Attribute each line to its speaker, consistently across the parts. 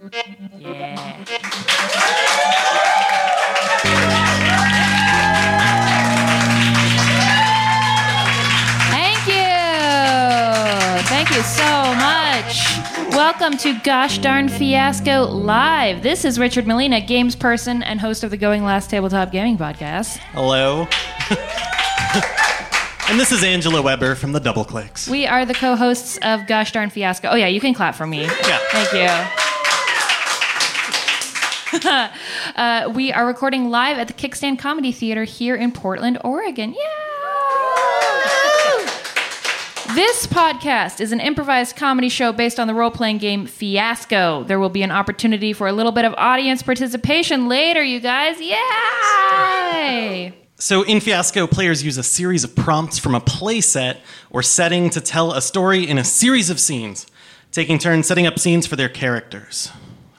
Speaker 1: Yeah. Thank you. Thank you so much. Welcome to Gosh Darn Fiasco Live. This is Richard Molina, games person and host of the Going Last Tabletop Gaming Podcast.
Speaker 2: Hello. and this is Angela Weber from the Double Clicks.
Speaker 1: We are the co-hosts of Gosh Darn Fiasco. Oh yeah, you can clap for me.
Speaker 2: Yeah.
Speaker 1: Thank you. uh, we are recording live at the Kickstand Comedy Theater here in Portland, Oregon. Yeah. This podcast is an improvised comedy show based on the role playing game Fiasco. There will be an opportunity for a little bit of audience participation later, you guys. Yay!
Speaker 2: So in Fiasco, players use a series of prompts from a play set or setting to tell a story in a series of scenes, taking turns setting up scenes for their characters.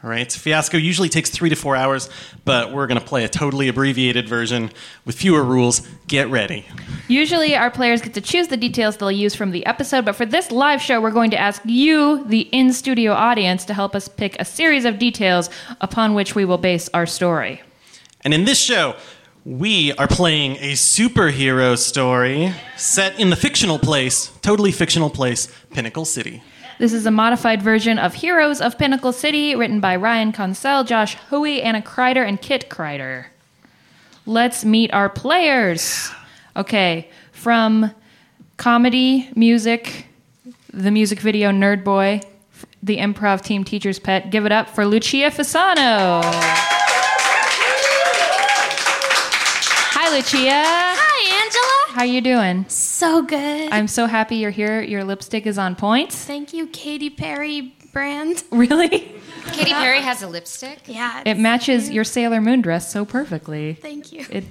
Speaker 2: All right, Fiasco usually takes three to four hours, but we're going to play a totally abbreviated version with fewer rules. Get ready.
Speaker 1: Usually, our players get to choose the details they'll use from the episode, but for this live show, we're going to ask you, the in studio audience, to help us pick a series of details upon which we will base our story.
Speaker 2: And in this show, we are playing a superhero story set in the fictional place, totally fictional place, Pinnacle City.
Speaker 1: This is a modified version of Heroes of Pinnacle City, written by Ryan Consell, Josh Huey, Anna Kreider, and Kit Kreider. Let's meet our players. Okay, from comedy, music, the music video Nerd Boy, the improv team Teacher's Pet. Give it up for Lucia Fasano. Hi, Lucia.
Speaker 3: Hi, Angela.
Speaker 1: How you doing?
Speaker 3: So good.
Speaker 1: I'm so happy you're here. Your lipstick is on point.
Speaker 3: Thank you, Katy Perry brand.
Speaker 1: Really?
Speaker 4: Katy Perry has a lipstick.
Speaker 3: Yeah.
Speaker 1: It matches your Sailor Moon dress so perfectly.
Speaker 3: Thank you.
Speaker 1: It,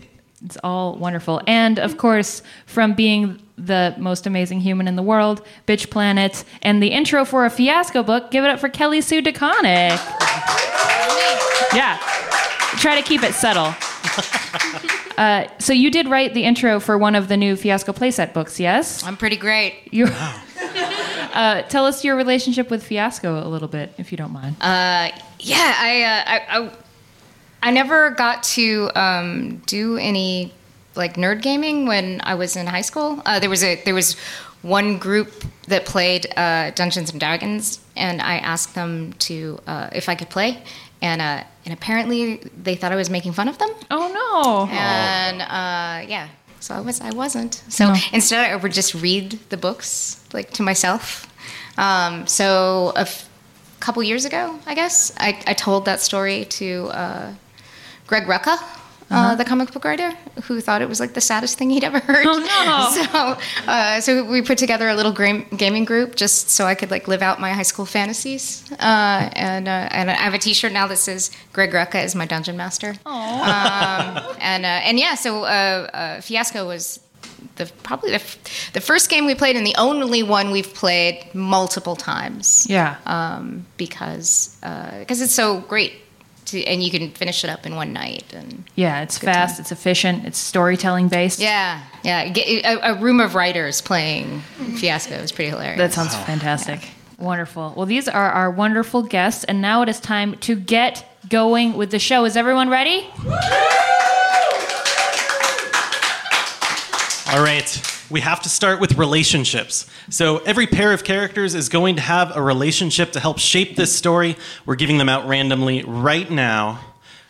Speaker 1: it's all wonderful. And of course, from being the most amazing human in the world, Bitch Planet, and the intro for a fiasco book, give it up for Kelly Sue DeConnick. Yeah. Try to keep it subtle. Uh, so you did write the intro for one of the new Fiasco playset books, yes?
Speaker 4: I'm pretty great.
Speaker 1: You, uh, tell us your relationship with Fiasco a little bit, if you don't mind.
Speaker 4: Uh, yeah, I, uh, I, I I never got to um, do any like nerd gaming when I was in high school. Uh, there was a there was one group that played uh, Dungeons and Dragons, and I asked them to uh, if I could play, and uh, and apparently they thought I was making fun of them.
Speaker 1: oh no.
Speaker 4: and uh, yeah so i was i wasn't so
Speaker 1: No.
Speaker 4: instead i would just read the books like to myself um, so a f- couple years ago i guess i, I told that story to uh, greg rucka
Speaker 1: Uh-huh.
Speaker 4: uh, the comic book writer who thought it was like the saddest thing he'd ever heard.
Speaker 1: Oh, no.
Speaker 4: So, uh, so we put together a little gram- gaming group just so I could like live out my high school fantasies. Uh, and uh, and I have a T-shirt now that says Greg Rucka is my dungeon master and uh, and yeah, so uh, uh, Fiasco was the probably the, f- the first game we played and the only one we've played multiple times.
Speaker 1: Yeah.
Speaker 4: Um, because because it's so great, to, and you can finish it up in one night and
Speaker 1: Yeah, it's fast, it's efficient, it's storytelling based.
Speaker 4: yeah yeah get, a, a room of writers playing Fiasco is pretty hilarious.
Speaker 1: That sounds fantastic. Wonderful. Well, these are our wonderful guests, and now it is time to get going with the show. Is everyone ready?
Speaker 2: All right, we have to start with relationships. So every pair of characters is going to have a relationship to help shape this story. We're giving them out randomly right now.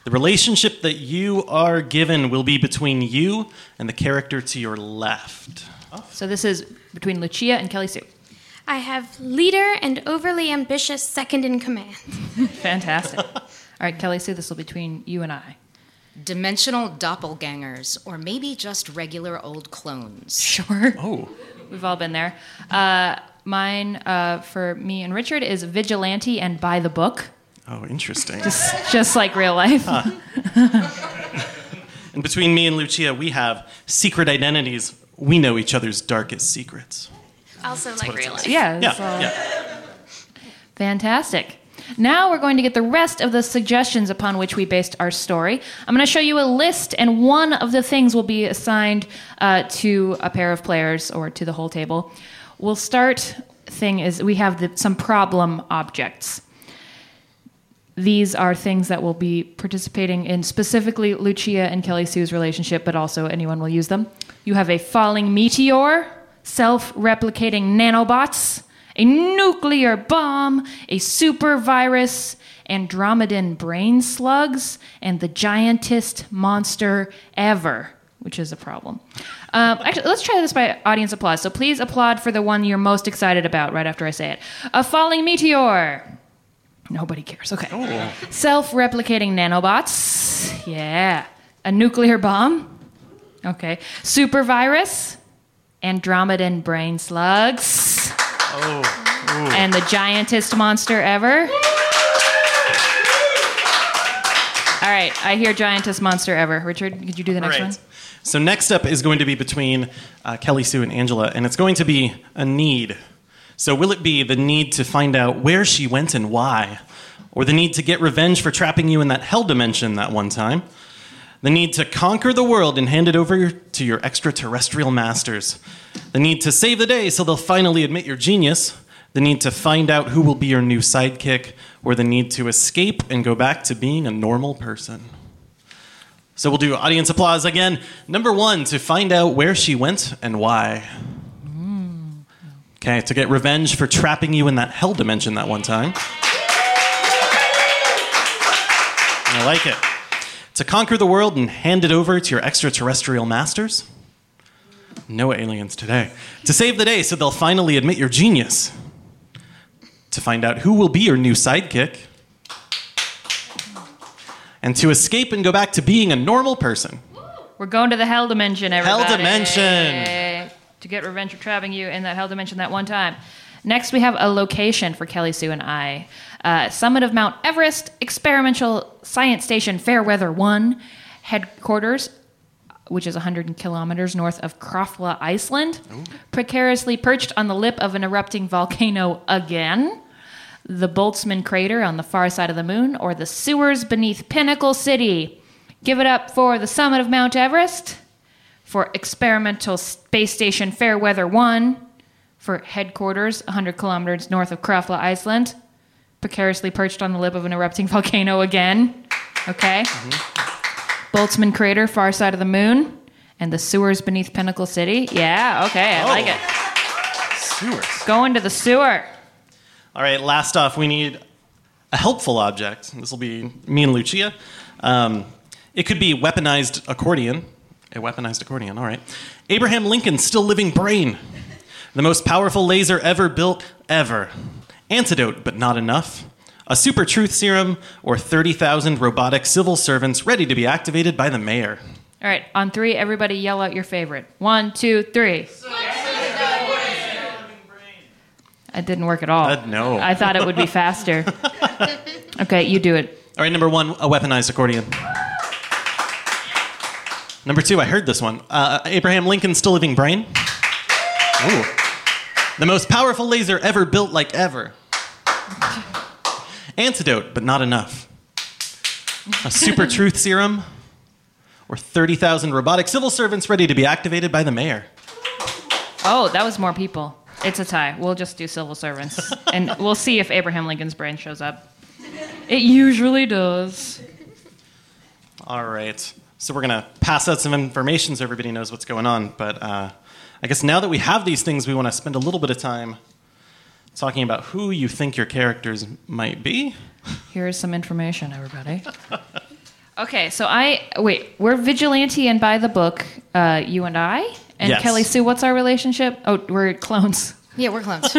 Speaker 2: The relationship that you are given will be between you and the character to your left.
Speaker 1: So this is between Lucia and Kelly Sue.
Speaker 3: I have leader and overly ambitious second in command.
Speaker 1: Fantastic. All right, Kelly Sue, this will be between you and I.
Speaker 4: Dimensional doppelgangers, or maybe just regular old clones.
Speaker 1: Sure.
Speaker 2: Oh,
Speaker 1: We've all been there. Uh, mine uh, for me and Richard is vigilante and by the book,
Speaker 2: oh, interesting.
Speaker 1: just, just like real life.
Speaker 2: and between me and Lucia, we have secret identities. We know each other's darkest secrets.
Speaker 3: Also like real life.
Speaker 1: yeah.
Speaker 2: Yeah,
Speaker 1: it's all-
Speaker 2: yeah.
Speaker 1: Fantastic. Now we're going to get the rest of the suggestions upon which we based our story. I'm going to show you a list, and one of the things will be assigned uh, to a pair of players or to the whole table. We'll start. Thing is, we have the, some problem objects. these are things that will be participating in specifically Lucia and Kelly Sue's relationship, but also anyone will use them. You have a falling meteor, self replicating nanobots, a nuclear bomb, a super virus, Andromedan brain slugs, and the giantest monster ever. Which is a problem. Um, actually, let's try this by audience applause. So please applaud for the one you're most excited about right after I say it. A falling meteor. Nobody cares. Okay.
Speaker 2: Oh.
Speaker 1: Self replicating nanobots. Yeah. A nuclear bomb. Okay. Super virus. Andromedan brain slugs.
Speaker 2: Oh.
Speaker 1: And the giantest monster ever. All right. I hear giantest monster ever. Richard, could you do the next
Speaker 2: All
Speaker 1: one?
Speaker 2: right. So next up is going to be between uh, Kelly Sue and Angela, and it's going to be a need. So will it be the need to find out where she went and why, or the need to get revenge for trapping you in that hell dimension that one time, the need to conquer the world and hand it over to your extraterrestrial masters, the need to save the day so they'll finally admit your genius, the need to find out who will be your new sidekick, or the need to escape and go back to being a normal person. So we'll do audience applause again. Number one, to find out where she went and why. Okay, to get revenge for trapping you in that hell dimension that one time. I like it. To conquer the world and hand it over to your extraterrestrial masters. No aliens today. To save the day so they'll finally admit your genius. To find out who will be your new sidekick and to escape and go back to being a normal person.
Speaker 1: We're going to the hell dimension, everybody.
Speaker 2: dimension.
Speaker 1: To get revenge for trapping you in that hell dimension that one time. Next, we have a location for Kelly Sue and I. Uh, summit of Mount Everest, Experimental Science Station Fairweather 1, headquarters, which is 100 kilometers north of Krafla, Iceland, precariously perched on the lip of an erupting volcano again the Boltzmann crater on the far side of the moon, or the sewers beneath Pinnacle City. Give it up for the summit of Mount Everest, for Experimental Space Station Fairweather 1, for headquarters 100 kilometers north of Krafla, Iceland, precariously perched on the lip of an erupting volcano again. Okay. Boltzmann crater, far side of the moon, and the sewers beneath Pinnacle City. Yeah, okay, I like
Speaker 2: Oh.
Speaker 1: it.
Speaker 2: Sewers.
Speaker 1: Going to the sewer.
Speaker 2: All right, last off, we need a helpful object. This will be me and Lucia. Um, it could be weaponized accordion. A weaponized accordion, all right. Abraham Lincoln's still living brain. The most powerful laser ever built, ever. Antidote, but not enough. A super truth serum, or 30,000 robotic civil servants ready to be activated by the mayor.
Speaker 1: All right, on three, everybody yell out your favorite. One, two, three. It didn't work at all.
Speaker 2: Uh, no.
Speaker 1: I thought it would be faster. okay, you do it.
Speaker 2: All right, number one, a weaponized accordion. Number two, I heard this one. Uh, Abraham Lincoln's still living brain. Ooh. The most powerful laser ever built, like ever. Antidote, but not enough. A super truth serum, or 30,000 robotic civil servants ready to be activated by the mayor.
Speaker 1: Oh, that was more people. It's a tie. We'll just do civil servants. and we'll see if Abraham Lincoln's brain shows up. It usually does.
Speaker 2: All right. So we're going to pass out some information so everybody knows what's going on. But uh, I guess now that we have these things, we want to spend a little bit of time talking about who you think your characters might be.
Speaker 1: Here is some information, everybody. okay, so I wait. We're vigilante and by the book. Uh, you and I and
Speaker 2: Yes.
Speaker 1: Kelly Sue. What's our relationship? Oh, we're clones.
Speaker 4: Yeah, we're clones.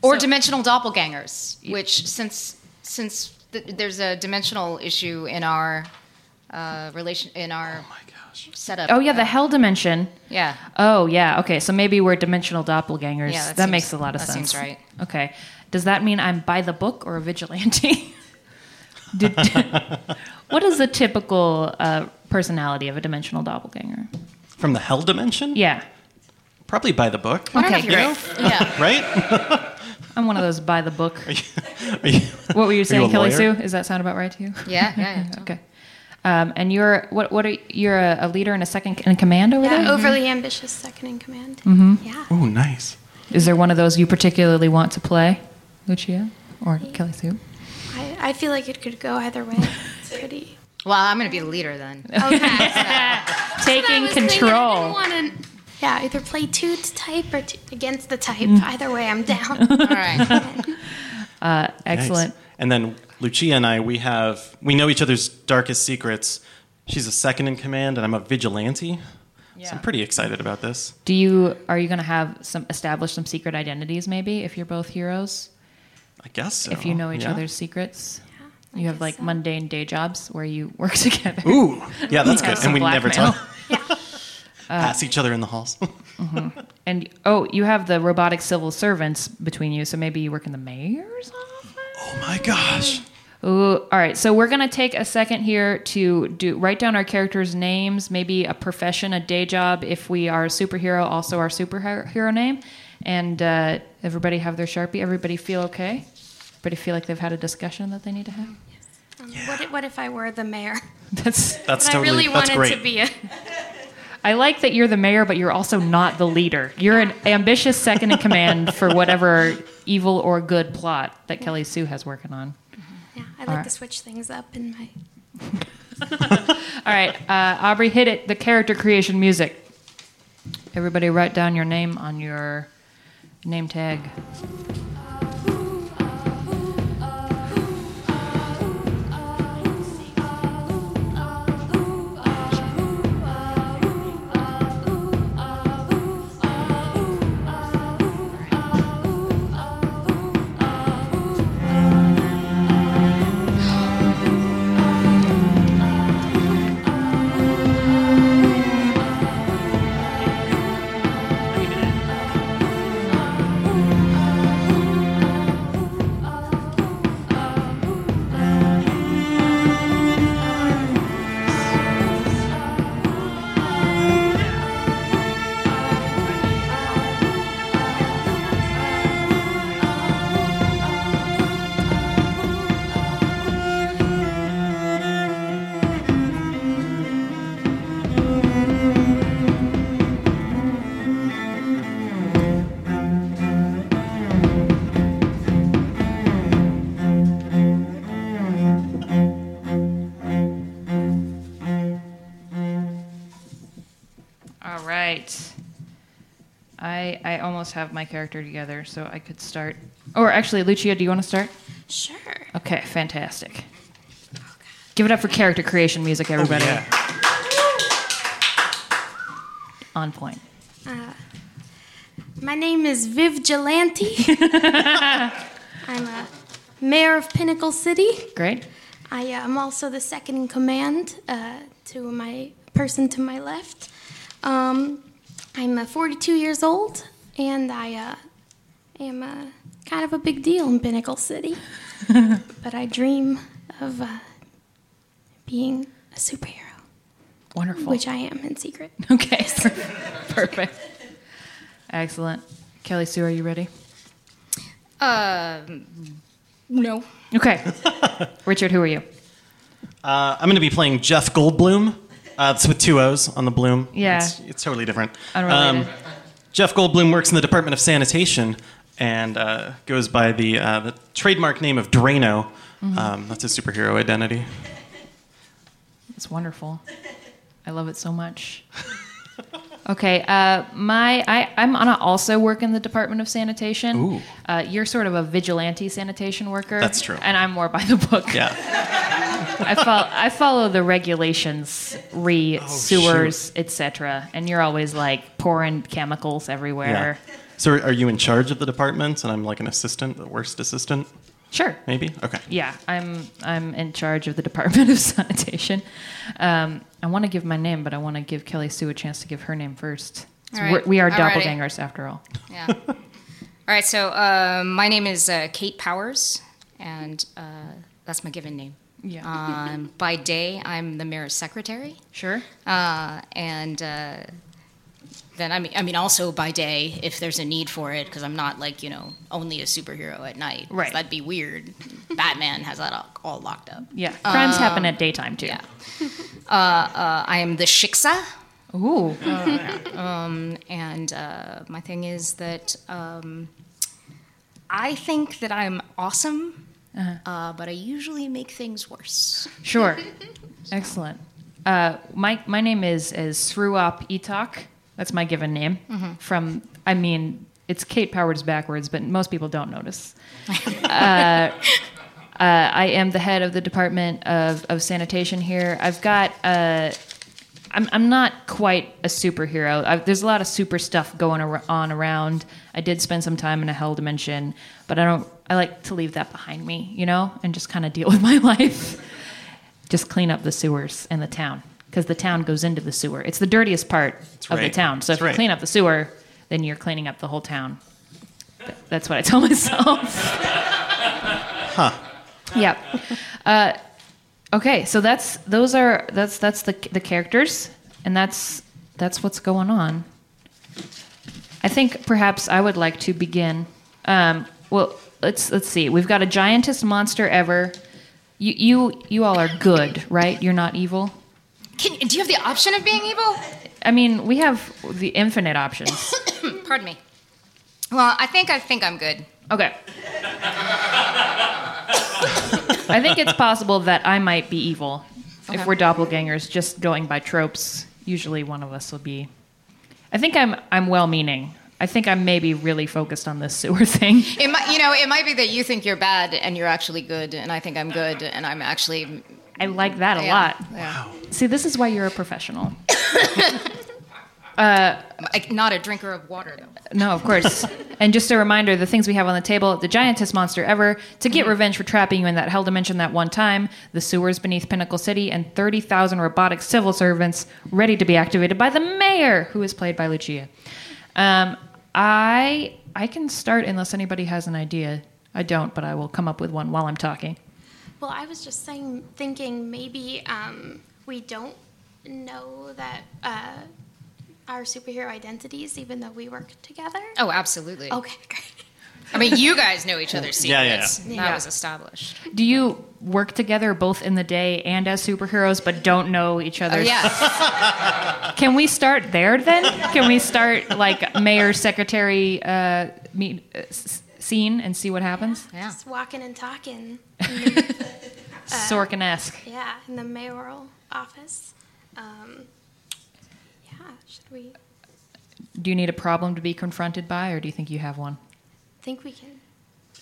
Speaker 4: or dimensional doppelgangers, which since since th- there's a dimensional issue in our uh, relation in our
Speaker 2: Oh my gosh.
Speaker 4: setup.
Speaker 1: Oh yeah, the hell dimension.
Speaker 4: yeah.
Speaker 1: Oh yeah. Okay, so maybe we're dimensional doppelgangers.
Speaker 4: Yeah,
Speaker 1: that
Speaker 4: that seems-
Speaker 1: makes a lot of
Speaker 4: that
Speaker 1: sense.
Speaker 4: seems right.
Speaker 1: Okay. Does that mean I'm by the book or a vigilante? Did, what is the typical uh, personality of a dimensional doppelganger?
Speaker 2: From the hell dimension?
Speaker 1: Yeah.
Speaker 2: Probably by the book,
Speaker 4: I don't know
Speaker 1: Okay,
Speaker 4: if you're right. Yeah.
Speaker 2: right?
Speaker 1: I'm one of those by the book.
Speaker 2: Are you-
Speaker 1: What were you saying,
Speaker 2: a
Speaker 1: Kelly
Speaker 2: lawyer?
Speaker 1: Sue? Is that sound about right to you?
Speaker 4: Yeah, yeah, yeah.
Speaker 1: Okay. Um, and you're what? What are you're a, a leader and a second in command over
Speaker 3: Yeah, Mm-hmm.
Speaker 1: there?
Speaker 3: overly ambitious second in command. Yeah.
Speaker 2: Ooh, nice.
Speaker 1: Is there one of those you particularly want to play, Lucia or Kelly Sue?
Speaker 3: I, I feel like it could go either way. It's pretty.
Speaker 4: Well, I'm going to be the leader then.
Speaker 1: Oh.
Speaker 3: Okay.
Speaker 1: Taking control.
Speaker 3: yeah, either play two to type or two against the type. Either way, I'm down.
Speaker 4: All right.
Speaker 1: Excellent.
Speaker 2: Nice. And then Lucia and I, we have we know each other's darkest secrets. She's a second in command, and I'm a vigilante. So I'm pretty excited about this.
Speaker 1: Do you are you going to have some establish some secret identities maybe if you're both heroes?
Speaker 2: I guess so.
Speaker 1: If you know each
Speaker 2: Oh, Yeah.
Speaker 1: other's secrets? you have like mundane day jobs where you work together.
Speaker 2: Ooh, yeah, that's good.
Speaker 1: Some
Speaker 2: And we never
Speaker 1: blackmail.
Speaker 2: talk. Pass each other in the halls.
Speaker 1: And oh, you have the robotic civil servants between you, so maybe you work in the mayor's office.
Speaker 2: oh my gosh.
Speaker 1: Ooh, all right. So we're gonna take a second here to do write down our characters' names, maybe a profession, a day job. If we are a superhero, also our superhero name. And uh, everybody have their sharpie. Everybody feel okay. Everybody feel like they've had a discussion that they need to have.
Speaker 3: Um, what, if, what if I were the mayor?
Speaker 1: That's.
Speaker 2: That's
Speaker 3: But
Speaker 2: totally.
Speaker 3: I really
Speaker 2: that's
Speaker 3: wanted
Speaker 2: great.
Speaker 3: to be a.
Speaker 1: I like that you're the mayor, but you're also not the leader. You're an ambitious second in command for whatever evil or good plot that Kelly Sue has working on.
Speaker 3: Yeah, I like
Speaker 1: Alright.
Speaker 3: to switch things up in my.
Speaker 1: All right, uh, Aubrey, hit it. The character creation music. Everybody, write down your name on your name tag. All right. I I almost have my character together, so I could start. Or actually, Lucia, do you want to start?
Speaker 3: Sure.
Speaker 1: Okay, fantastic. Give it up for character creation music, everybody.
Speaker 2: Yeah.
Speaker 1: On point.
Speaker 3: My name is Viv Gelante. I'm a mayor of Pinnacle City.
Speaker 1: Great.
Speaker 3: I am also the second in command uh, to my person to my left. Um, I'm uh, 42 years old, and I uh, am uh, kind of a big deal in Pinnacle City. but I dream of uh, being a superhero,
Speaker 1: Wonderful.
Speaker 3: which I am in secret.
Speaker 1: okay. Perfect. Excellent. Kelly Sue, are you ready?
Speaker 4: Um, no.
Speaker 1: Okay. Richard, who are you?
Speaker 2: Uh, I'm going to be playing Jeff Goldblum. Uh, it's with two O's on the Bloom.
Speaker 1: Yeah.
Speaker 2: It's, it's totally different. Um,
Speaker 1: Unrelated.
Speaker 2: Jeff Goldblum works in the Department of Sanitation and uh, goes by the, uh, the trademark name of Drano.
Speaker 3: Mm-hmm.
Speaker 2: Um, that's his superhero identity.
Speaker 1: It's wonderful. I love it so much. Okay, uh, my I, I'm gonna also work in the Department of Sanitation.
Speaker 2: Ooh.
Speaker 1: Uh, you're sort of a vigilante sanitation worker.
Speaker 2: That's true.
Speaker 1: And I'm more by the book.
Speaker 2: Yeah.
Speaker 1: I follow I follow the regulations, re
Speaker 2: Oh,
Speaker 1: sewers, etc. And you're always like pouring chemicals
Speaker 2: yeah.
Speaker 1: everywhere.
Speaker 2: So are you in charge of the department and I'm like an assistant, the worst assistant,
Speaker 1: Sure.
Speaker 2: maybe? Okay.
Speaker 1: yeah, I'm I'm in charge of the Department of Sanitation. Um, I want to give my name, but I want to give Kelly Sue a chance to give her name first. So
Speaker 4: All right.
Speaker 1: we're- We are
Speaker 4: I'm ready.
Speaker 1: doppelgangers after all.
Speaker 4: Yeah. All right. So uh, my name is uh, Kate Powers, and uh, that's my given name.
Speaker 1: Yeah.
Speaker 4: Um, by day, I'm the mayor's secretary.
Speaker 1: Sure.
Speaker 4: Uh, and uh, then I mean, I mean, also by day, if there's a need for it, because I'm not like you know only a superhero at night. 'cause
Speaker 1: Right.
Speaker 4: That'd be weird. Batman has that all, all locked up.
Speaker 1: Yeah. Crimes happen at daytime too.
Speaker 4: Um, yeah. Uh, I am the shiksa,
Speaker 1: Ooh.
Speaker 4: and uh, my thing is that um, I think that I'm awesome,
Speaker 1: Uh-huh.
Speaker 4: uh, but I usually make things worse.
Speaker 1: Sure. Excellent. Uh, my my name is is Sruop Itak. That's my given name. From I mean, it's Kate Powers backwards, but most people don't notice. uh, uh, I am the head of the department of of sanitation here. I've got. Uh, I'm, I'm not quite a superhero. I, there's a lot of super stuff going ar- on around. I did spend some time in a hell dimension, but I don't. I like to leave that behind me, you know, and just kind of deal with my life. just clean up the sewers and the town because the town goes into the sewer. It's the dirtiest part of the
Speaker 2: right.
Speaker 1: town. So
Speaker 2: That's
Speaker 1: if you
Speaker 2: right.
Speaker 1: clean up the sewer, then you're cleaning up the whole town. Th- That's what I tell myself. huh. Yep. Uh, okay, so that's those are that's that's the the characters, and that's that's what's going on. I think perhaps I would like to begin. Um, well, let's let's see. We've got a giantest monster ever. You you you all are good, right? You're not evil.
Speaker 4: Can, do you have the option of being evil?
Speaker 1: I mean, we have the infinite options.
Speaker 4: Pardon me. Well, I think I think I'm good.
Speaker 1: Okay. I think it's possible that I might be evil. If
Speaker 4: Okay.
Speaker 1: we're doppelgangers, just going by tropes, usually one of us will be. I think I'm I'm well-meaning. I think I'm maybe really focused on this sewer thing.
Speaker 4: It might, you know, it might be that you think you're bad and you're actually good, and I think I'm good and I'm actually
Speaker 1: I like that a
Speaker 4: yeah,
Speaker 1: lot.
Speaker 4: yeah.
Speaker 1: See, this is why you're a professional.
Speaker 4: Like, not a drinker of water though.
Speaker 1: No, of course. and just a reminder the things we have on the table the giantest monster ever, to get revenge for trapping you in that hell dimension that one time, the sewers beneath Pinnacle City, and 30,000 robotic civil servants ready to be activated by the mayor, who is played by Lucia. Um, I, I can start unless anybody has an idea. I don't, but I will come up with one while I'm talking.
Speaker 3: Well, I was just saying, thinking maybe um, we don't know that uh, our superhero identities, even though we work together.
Speaker 4: Oh, absolutely.
Speaker 3: Okay, great.
Speaker 4: I mean, you guys know each other's
Speaker 2: Yeah, yeah,
Speaker 4: secrets. That
Speaker 3: Yeah.
Speaker 4: was established.
Speaker 1: Do you work together both in the day and as superheroes, but don't know each
Speaker 4: Oh,
Speaker 1: other?
Speaker 4: yeah.
Speaker 1: Can we start there then? Can we start like mayor secretary uh, meet, uh, s- scene and see what happens?
Speaker 4: yeah.
Speaker 3: Just walking and talking.
Speaker 1: Sorkin esque.
Speaker 3: Yeah, in the mayoral office. Um, yeah, should we?
Speaker 1: Do you need a problem to be confronted by, or do you think you have one?
Speaker 3: Think we can?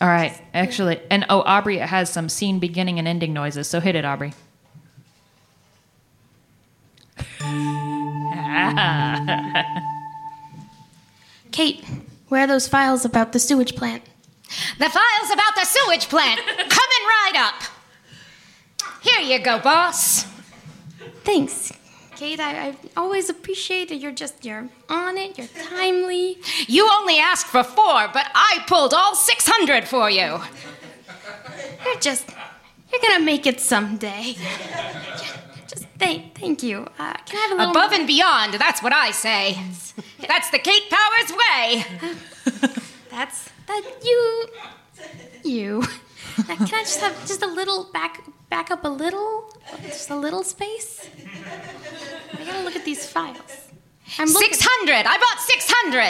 Speaker 1: All right, actually, and oh, Aubrey has some scene beginning and ending noises, so hit it, Aubrey.
Speaker 3: Kate, where are those files about the sewage plant?
Speaker 4: The files about the sewage plant coming right up. Here you go, boss.
Speaker 3: Thanks, Kate. I, I've always appreciated you're just you're on it. You're timely.
Speaker 4: You only asked for four, but I pulled all 600 for you.
Speaker 3: You're just you're gonna make it someday. just thank thank you. Uh, can I have a little
Speaker 4: Above and beyond, that's what I say. That's the Kate Powers way.
Speaker 3: That's that you you. Now, can I just have just a little back back up a little, just a little space? I gotta look at these files. I'm looking.
Speaker 4: 600. I bought 600.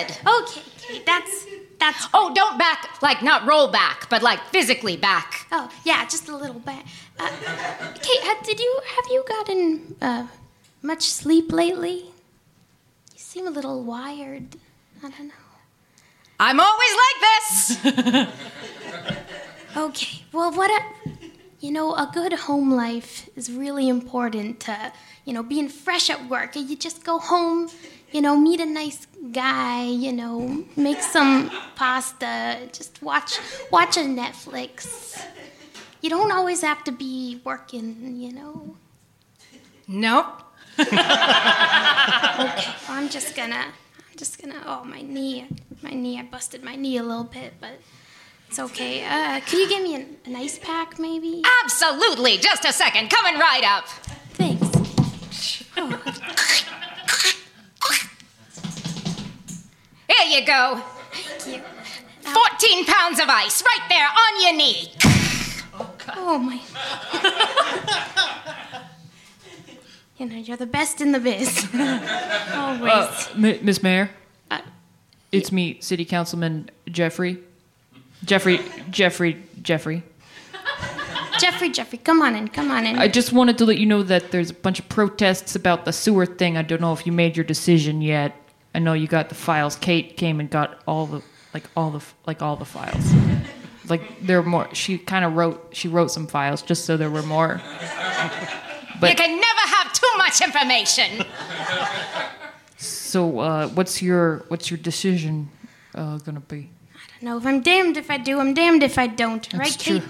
Speaker 3: Okay, Kate. That's that's.
Speaker 4: Oh, don't back, like not roll back, but like physically back.
Speaker 3: Oh yeah, just a little bit. Uh, Kate, ha- did you have you gotten uh, much sleep lately? You seem a little wired. I don't know.
Speaker 4: I'm always like this.
Speaker 3: Okay. Well, what a, you know, a good home life is really important to, you know, being fresh at work. You just go home, you know, meet a nice guy, you know, make some pasta, just watch watch a Netflix. You don't always have to be working, you know.
Speaker 4: Nope.
Speaker 3: Okay, well, I'm just gonna, I'm just gonna. Oh, my knee, my knee. I busted my knee a little bit, but it's okay. Uh, could you give me an, an ice pack, maybe?
Speaker 4: Absolutely. Just a second. Coming right up.
Speaker 3: Thanks.
Speaker 4: Here you go.
Speaker 3: Thank you.
Speaker 4: 14 pounds of ice right there on your knee.
Speaker 3: Oh my. you know, you're the best in the biz. Always.
Speaker 1: Uh, Miss Mayor,
Speaker 3: Uh,
Speaker 1: it's me, City Councilman Jeffrey. Jeffrey, Jeffrey, Jeffrey.
Speaker 3: Jeffrey, Jeffrey, come on in, come on in.
Speaker 1: Oh. I just wanted to let you know that there's a bunch of protests about the sewer thing. I don't know if you made your decision yet. I know you got the files. Kate came and got all the like all the like all the files. Like there are more. She kind of wrote she wrote some files just so there were more.
Speaker 4: you can never have too much information.
Speaker 1: So uh, what's your what's your decision uh, gonna be?
Speaker 3: no, if I'm damned if I do, I'm damned if I don't. right,
Speaker 1: true.
Speaker 3: Kate?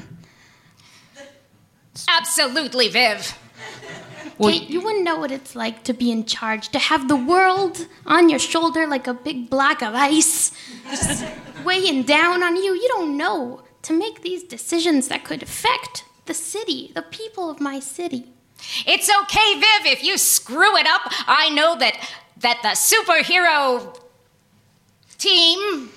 Speaker 4: Absolutely, Viv.
Speaker 1: Well,
Speaker 3: Kate, you wouldn't know what it's like to be in charge, to have the world on your shoulder like a big block of ice, just weighing down on you. You don't know to make these decisions that could affect the city, the people of my city.
Speaker 4: It's okay, Viv, if you screw it up. I know that that the superhero team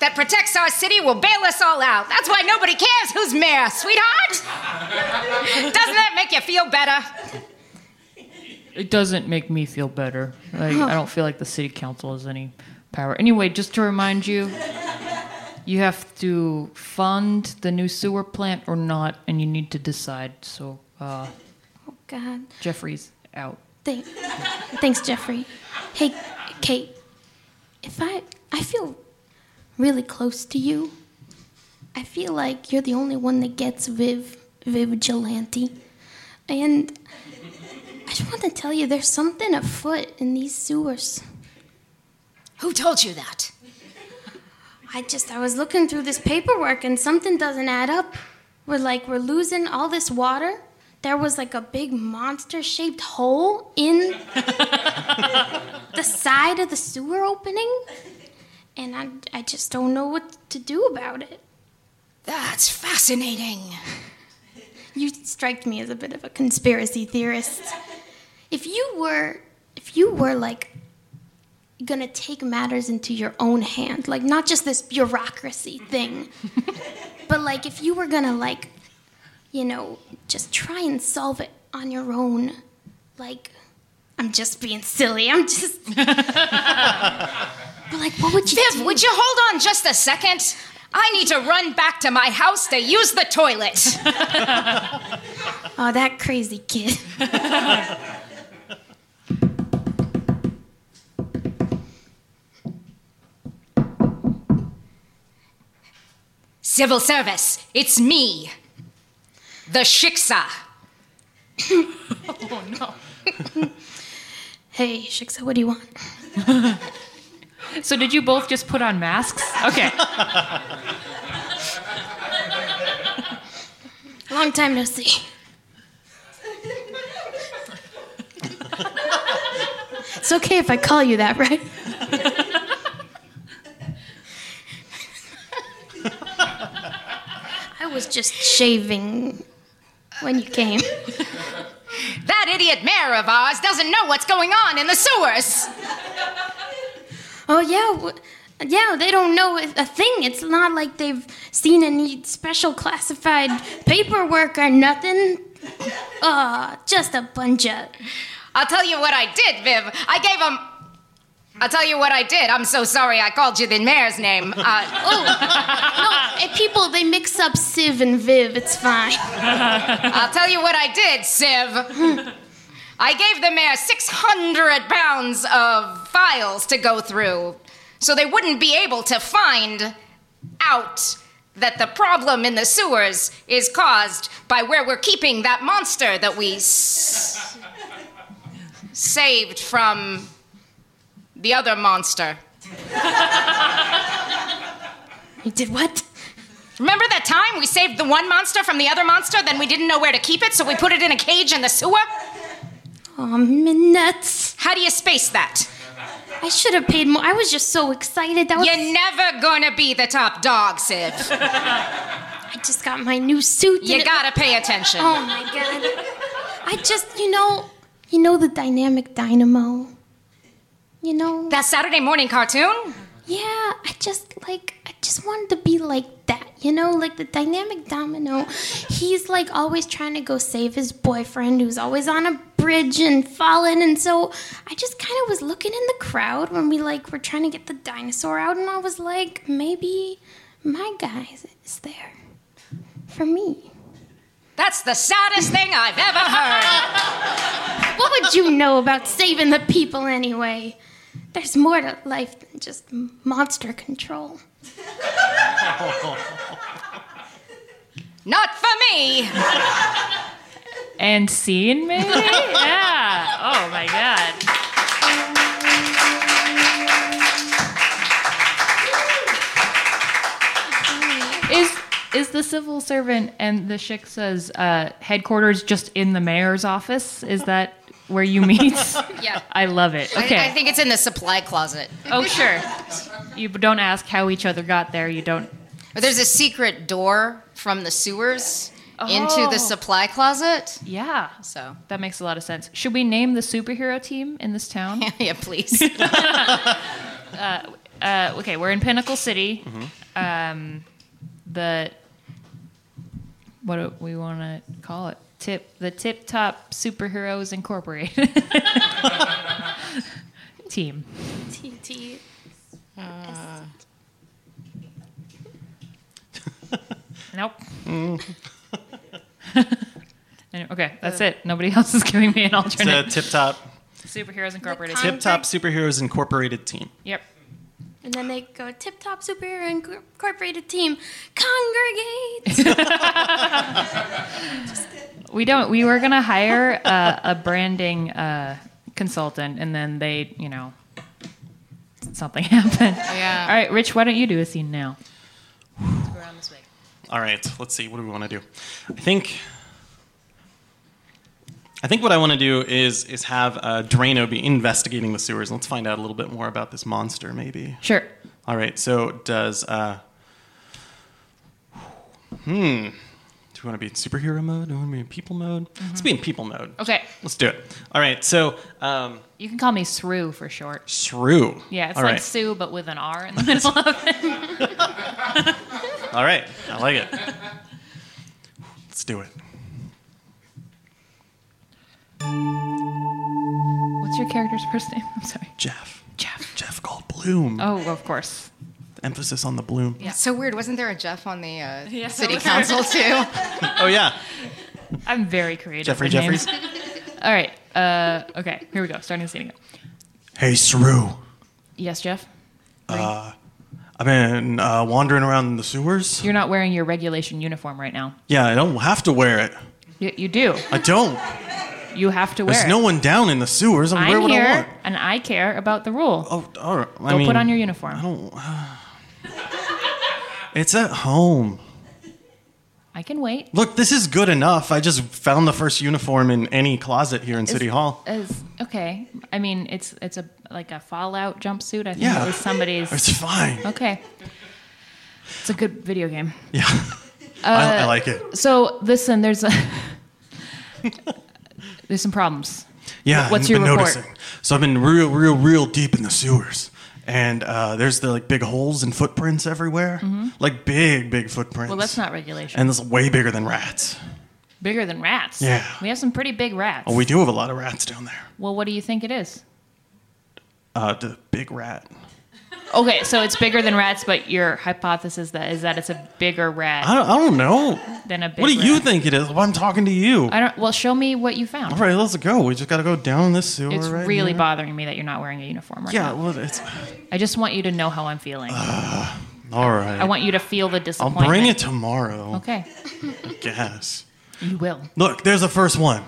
Speaker 4: that protects our city will bail us all out. That's why nobody cares who's mayor, sweetheart. Doesn't that make you feel better?
Speaker 1: it doesn't make me feel better. Like I don't feel like the city council has any power. Anyway, just to remind you, you have to fund the new sewer plant or not, and you need to decide. So uh,
Speaker 3: Oh, God.
Speaker 1: Jeffrey's out.
Speaker 3: Thank, thanks, Jeffrey. Hey, Kate. If I I feel really close to you, I feel like you're the only one that gets Viv Vigilante, and I just want to tell you there's something afoot in these sewers.
Speaker 4: Who told you that?
Speaker 3: I just I was looking through this paperwork and something doesn't add up. We're like we're losing all this water. There was like a big monster-shaped hole in the side of the sewer opening, and I I just don't know what to do about it.
Speaker 4: That's fascinating.
Speaker 3: You strike me as a bit of a conspiracy theorist. If you were if you were like gonna take matters into your own hand, like not just this bureaucracy thing, but like if you were gonna like you know, just try and solve it on your own. Like I'm just being silly. I'm just But like what would you
Speaker 4: Viv,
Speaker 3: do?
Speaker 4: would you hold on just a second? I need to run back to my house to use the toilet.
Speaker 3: Oh, that crazy kid.
Speaker 4: Civil service, it's me, the Shiksa.
Speaker 3: Hey, Shiksa, what do you want?
Speaker 1: So did you both just put on masks? Okay.
Speaker 3: Long time no see. it's okay if I call you that, right? I was just shaving when you came.
Speaker 4: That idiot mayor of ours doesn't know what's going on in the sewers.
Speaker 3: Oh yeah, w- yeah. They don't know a a thing. It's not like they've seen any special classified paperwork or nothing. Uh, just a bunch of
Speaker 4: I'll tell you what I did, Viv. I gave him. I'll tell you what I did. I'm so sorry I called you the mayor's name. Uh,
Speaker 3: Oh, no, eh, people, they mix up Civ and Viv. It's fine.
Speaker 4: I'll tell you what I did, Siv. I gave the mayor 600 pounds of files to go through so they wouldn't be able to find out that the problem in the sewers is caused by where we're keeping that monster that we s- saved from the other monster.
Speaker 3: You did what?
Speaker 4: Remember that time we saved the one monster from the other monster, then we didn't know where to keep it, so we put it in a cage in the sewer?
Speaker 3: Oh, I'm nuts.
Speaker 4: How do you space that?
Speaker 3: I should have paid more. I was just so excited. That was.
Speaker 4: You're never gonna be the top dog, Siv.
Speaker 3: I just got my new suit. and
Speaker 4: You
Speaker 3: it-
Speaker 4: gotta pay attention.
Speaker 3: Oh my god. I just, you know, you know the dynamic dynamo. You know.
Speaker 4: That Saturday morning cartoon?
Speaker 3: Yeah, I just like I just wanted to be like that, you know, like the dynamic domino. He's like always trying to go save his boyfriend who's always on a bridge and fallen and so I just kind of was looking in the crowd when we like were trying to get the dinosaur out and I was like maybe my guy is there for me.
Speaker 4: That's the saddest thing I've ever heard.
Speaker 3: What would you know about saving the people anyway? There's more to life than just monster control.
Speaker 4: Not for me.
Speaker 1: And scene, maybe? yeah. Oh my God. Is is the civil servant and the shiksa's uh, headquarters just in the mayor's office? Is that where you meet?
Speaker 4: Yeah.
Speaker 1: I love it. Okay.
Speaker 4: I, I think it's in the supply closet.
Speaker 1: oh sure. You don't ask how each other got there. You don't.
Speaker 4: But there's a secret door from the sewers into
Speaker 1: Oh.
Speaker 4: the supply closet.
Speaker 1: Yeah.
Speaker 4: So,
Speaker 1: That makes a lot of sense. Should we name the superhero team in this town?
Speaker 4: yeah, please.
Speaker 1: uh, okay, we're in Pinnacle City. Um, the what do we want to call it? Tip the Tip Top Superheroes Incorporated team.
Speaker 3: TT.
Speaker 1: Nope. Anyway, okay, that's it. Nobody else is giving me an
Speaker 2: It's a
Speaker 1: alternate.
Speaker 2: tip top,
Speaker 1: Superheroes Incorporated.
Speaker 3: con-
Speaker 1: Tip.
Speaker 2: tip top superheroes incorporated team.
Speaker 1: Yep.
Speaker 3: And then they go tip top superhero incorporated team, congregate.
Speaker 1: We don't. We were gonna hire uh, a branding uh, consultant, and then they, you know, something happened.
Speaker 4: Yeah.
Speaker 1: All right, Rich, why don't you do a scene now?
Speaker 4: Around this way.
Speaker 2: All right, let's see. What do we want to do? I think. I think what I want to do is is have uh, Drano be investigating the sewers. Let's find out a little bit more about this monster, maybe.
Speaker 1: Sure.
Speaker 2: All right. So does uh, hmm? Do we want to be in superhero mode? Do we want to be in people mode? Let's be in people mode.
Speaker 1: Mm-hmm. Okay.
Speaker 2: Let's do it. All right. So um,
Speaker 1: You can call me Sru for short.
Speaker 2: Shrew.
Speaker 1: Yeah, it's
Speaker 2: All
Speaker 1: like
Speaker 2: right.
Speaker 1: Sue, but with an R in the middle of it.
Speaker 2: All right. I like it. Let's do it.
Speaker 1: What's your character's first name? I'm sorry.
Speaker 2: Jeff. Jeff. Jeff Goldblum.
Speaker 1: Oh, of course.
Speaker 2: Emphasis on the bloom.
Speaker 1: Yeah.
Speaker 4: It's so weird. Wasn't there a Jeff on the uh,
Speaker 1: Yeah,
Speaker 4: city
Speaker 1: was
Speaker 4: council too?
Speaker 2: Oh yeah.
Speaker 1: I'm very creative.
Speaker 2: Jeffrey
Speaker 1: with names.
Speaker 2: Jeffries.
Speaker 1: All right. Uh, okay, here we go. Starting the scene again.
Speaker 2: Hey, Saru.
Speaker 1: Yes, Jeff?
Speaker 2: Uh, I've been uh, wandering around the sewers.
Speaker 1: You're not wearing your regulation uniform right now.
Speaker 2: Yeah, I don't have to wear it.
Speaker 1: You, you do.
Speaker 2: I don't.
Speaker 1: You have to wear
Speaker 2: There's
Speaker 1: it.
Speaker 2: no one down in the sewers. I'm, wear
Speaker 1: I'm
Speaker 2: what I
Speaker 1: here,
Speaker 2: want.
Speaker 1: and I care about the rule.
Speaker 2: Oh, all right. I
Speaker 1: Go
Speaker 2: mean,
Speaker 1: put on your uniform.
Speaker 2: I
Speaker 1: I,
Speaker 2: don't. uh, it's at home.
Speaker 1: can wait.
Speaker 2: Look, this is good enough. I just found the first uniform in any closet here in City Hall.
Speaker 1: Is- okay. I mean, it's it's a like a fallout jumpsuit. I think
Speaker 2: Yeah.
Speaker 1: it was somebody's.
Speaker 2: It's fine.
Speaker 1: Okay. It's a good video game.
Speaker 2: Yeah. I, I like it.
Speaker 1: So listen, there's a there's some problems.
Speaker 2: Yeah,
Speaker 1: What's
Speaker 2: I've
Speaker 1: your
Speaker 2: been
Speaker 1: report?
Speaker 2: noticing. So I've been real, real, real deep in the sewers, and uh, there's the like big holes and footprints everywhere, like big, big footprints.
Speaker 1: Mm-hmm. Well, that's not regulation.
Speaker 2: And this is way bigger than rats.
Speaker 1: Bigger than rats.
Speaker 2: Yeah.
Speaker 1: We have some pretty big rats.
Speaker 2: Oh, we do have a lot of rats down there.
Speaker 1: well, what do you think it is?
Speaker 2: Uh, the big rat.
Speaker 1: Okay, so it's bigger than rats, but your hypothesis that is that it's a bigger rat
Speaker 2: I don't, I don't know.
Speaker 1: than a big.
Speaker 2: What do you
Speaker 1: rat.
Speaker 2: think it is? Well, I'm talking to you.
Speaker 1: I don't. Well, show me what you found.
Speaker 2: All right, let's go. We just got to go down this sewer.
Speaker 1: It's
Speaker 2: right
Speaker 1: really
Speaker 2: here.
Speaker 1: bothering me that you're not wearing a uniform right
Speaker 2: Yeah,
Speaker 1: now.
Speaker 2: well, it's
Speaker 1: I just want you to know how I'm feeling.
Speaker 2: all right.
Speaker 1: I want you to feel the
Speaker 2: I'll
Speaker 1: disappointment.
Speaker 2: bring it tomorrow.
Speaker 1: Okay,
Speaker 2: I guess.
Speaker 1: you will.
Speaker 2: Look, there's the first one.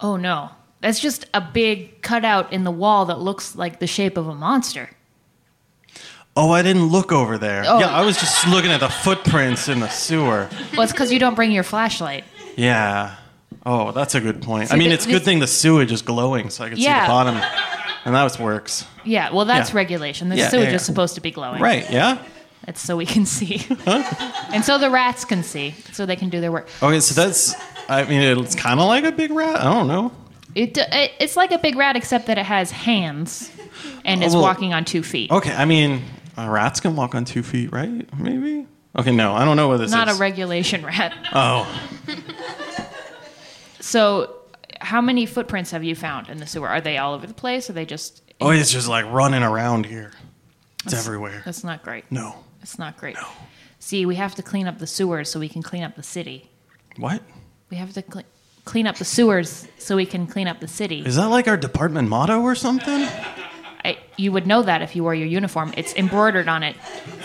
Speaker 1: Oh no. That's just a big cutout in the wall that looks like the shape of a monster.
Speaker 2: Oh, I didn't look over there.
Speaker 1: Oh.
Speaker 2: Yeah, I was just looking at the footprints in the sewer.
Speaker 1: Well, it's because you don't bring your flashlight.
Speaker 2: Yeah. Oh, that's a good point. I mean,
Speaker 1: the-
Speaker 2: it's a good
Speaker 1: this-
Speaker 2: thing the sewage is glowing, so I can see
Speaker 1: Yeah.
Speaker 2: the bottom, and that works.
Speaker 1: Yeah, well, that's
Speaker 2: Yeah.
Speaker 1: regulation. The
Speaker 2: Yeah,
Speaker 1: sewage
Speaker 2: yeah, yeah.
Speaker 1: is supposed to be glowing.
Speaker 2: Right? Yeah.
Speaker 1: That's so we can see. and so the rats can see, so they can do their work.
Speaker 2: Okay, so that's. I mean, it's kind of like a big rat. I don't know.
Speaker 1: It, uh, it, it's like a big rat, except that it has hands and is
Speaker 2: Oh, Well-
Speaker 1: walking on two feet.
Speaker 2: Okay, I mean, uh, rats can walk on two feet, right? Maybe. Okay, no, I don't know what this
Speaker 1: Not a
Speaker 2: is.
Speaker 1: regulation rat.
Speaker 2: Oh,
Speaker 1: So, how many footprints have you found in the sewer? Are they all over the place? Are they just.
Speaker 2: oh, it's just like running around here. It's everywhere.
Speaker 1: That's not great.
Speaker 2: No.
Speaker 1: It's not great. See, we have to clean up the sewers so we can clean up the city.
Speaker 2: What?
Speaker 1: We have to cle clean up the sewers so we can clean up the city.
Speaker 2: Is that like our department motto or something?
Speaker 1: I, you would know that if you wore your uniform. It's embroidered on it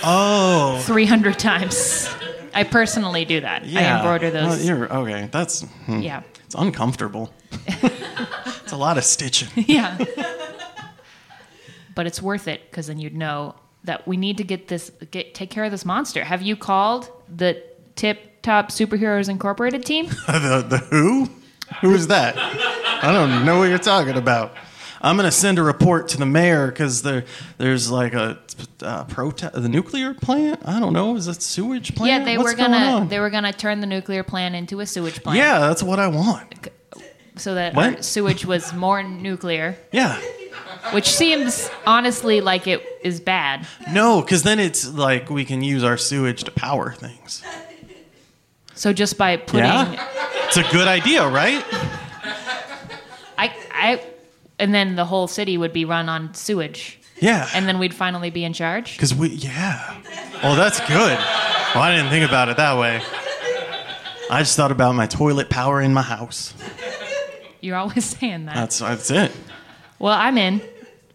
Speaker 2: Oh.
Speaker 1: 300 times. I personally do that. I
Speaker 2: Yeah.
Speaker 1: embroider those.
Speaker 2: Oh, you're, okay, that's. hmm.
Speaker 1: yeah.
Speaker 2: It's uncomfortable. it's a lot of stitching.
Speaker 1: Yeah. but it's worth it because then you'd know that we need to get this, get, take care of this monster. Have you called the Tip Top Superheroes Incorporated team?
Speaker 2: the, the who? Who is that? I don't know what you're talking about. I'm gonna send a report to the mayor because there, there's like a uh, protest. The nuclear plant? I don't know. Is it sewage
Speaker 1: yeah,
Speaker 2: plant?
Speaker 1: they
Speaker 2: What's
Speaker 1: were gonna
Speaker 2: Going on?
Speaker 1: they were gonna turn the nuclear plant into a sewage plant.
Speaker 2: yeah, that's what I want.
Speaker 1: So that
Speaker 2: What?
Speaker 1: our sewage was more nuclear,
Speaker 2: Yeah.
Speaker 1: which seems honestly like it is bad.
Speaker 2: No, because then it's like we can use our sewage to power things.
Speaker 1: So just by putting
Speaker 2: Yeah. It's a good idea, right?
Speaker 1: I, I, and then the whole city would be run on sewage,
Speaker 2: Yeah.
Speaker 1: and then we'd finally be in charge.
Speaker 2: Because we, yeah. Oh, that's good. Well, I didn't think about it that way. I just thought about my toilet power in my house.
Speaker 1: You're always saying that.
Speaker 2: That's that's it.
Speaker 1: well, I'm in.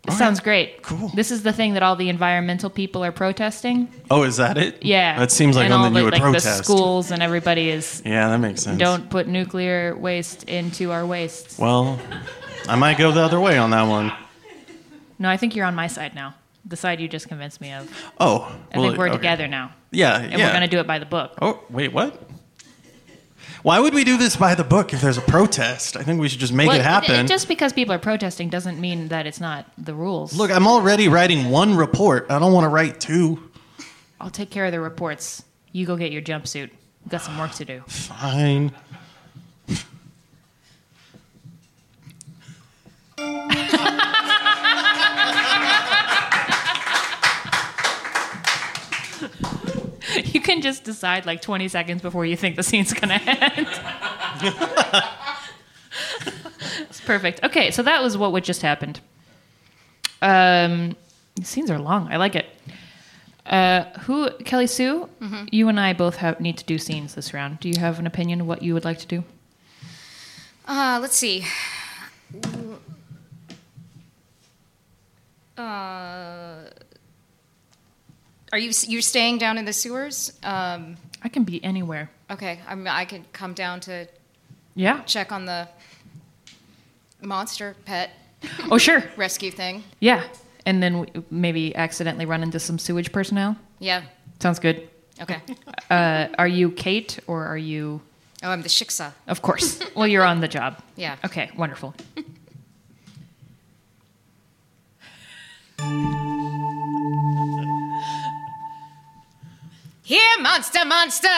Speaker 1: This
Speaker 2: right.
Speaker 1: sounds great.
Speaker 2: oh, Cool.
Speaker 1: This is the thing that all the environmental people are protesting.
Speaker 2: Oh, is that it?
Speaker 1: Yeah.
Speaker 2: That seems like
Speaker 1: and all
Speaker 2: something
Speaker 1: the,
Speaker 2: you would
Speaker 1: like, The
Speaker 2: protest.
Speaker 1: schools and everybody is
Speaker 2: Yeah, that makes sense.
Speaker 1: don't put nuclear waste into our wastes.
Speaker 2: Well, I might go the other way on that one.
Speaker 1: No, I think you're on my side now. The side you just convinced me of.
Speaker 2: Oh,
Speaker 1: I think we're together now,
Speaker 2: Yeah,
Speaker 1: and
Speaker 2: yeah.
Speaker 1: we're gonna do it by the book.
Speaker 2: Oh, wait, what? Why would we do this by the book if there's a protest? I think we should just make
Speaker 1: Well,
Speaker 2: it happen.
Speaker 1: Just because people are protesting doesn't mean that it's not the rules.
Speaker 2: Look, I'm already writing one report. I don't want to write two.
Speaker 1: I'll take care of the reports. You go get your jumpsuit. We've got some work to do.
Speaker 2: Fine.
Speaker 1: You can just decide like 20 seconds before you think the scene's going to end. It's perfect. Okay, so that was what would just happened. Um, the scenes are long. I like it. Uh, who Kelly Sue? You and I both have need to do scenes this round. Do you have an opinion of what you would like to do?
Speaker 4: Uh, let's see. Uh, are you you're staying down in the sewers? Um,
Speaker 1: I can be anywhere.
Speaker 4: okay, I'm, I can come down to
Speaker 1: Yeah.
Speaker 4: check on the monster pet
Speaker 1: Oh sure.
Speaker 4: rescue thing.
Speaker 1: Yeah. And then we maybe accidentally run into some sewage personnel.
Speaker 4: Yeah.
Speaker 1: Sounds good.
Speaker 4: Okay.
Speaker 1: Uh, are you Kate or are you?
Speaker 4: Oh, I'm the shiksa.
Speaker 1: Of course. well, you're on the job.
Speaker 4: Yeah.
Speaker 1: Okay, wonderful.
Speaker 4: Here, monster, monster.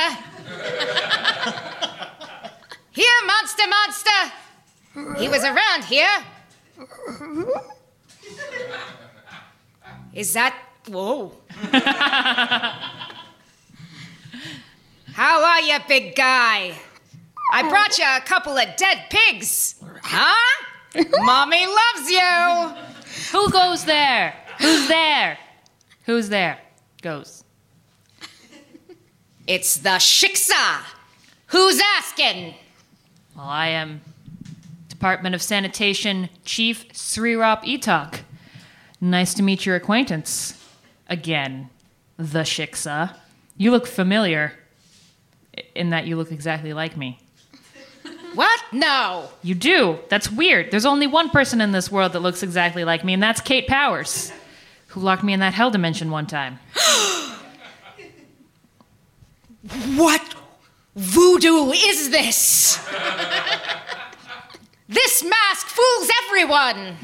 Speaker 4: here, monster, monster. He was around here. Is that. Whoa. How are you, big guy? I brought you a couple of dead pigs. Huh? Mommy loves you.
Speaker 1: Who goes there? Who's there? Who's there? Goes.
Speaker 4: It's the shiksa. Who's asking?
Speaker 1: Well, I am Department of Sanitation Chief Srirop Etok. Nice to meet your acquaintance. Again, the Shiksa. You look familiar i- in that you look exactly like me.
Speaker 4: What? No.
Speaker 1: You do. That's weird. There's only one person in this world that looks exactly like me, and that's Kate Powers, who locked me in that hell dimension one time.
Speaker 4: What voodoo is this? this mask fools everyone.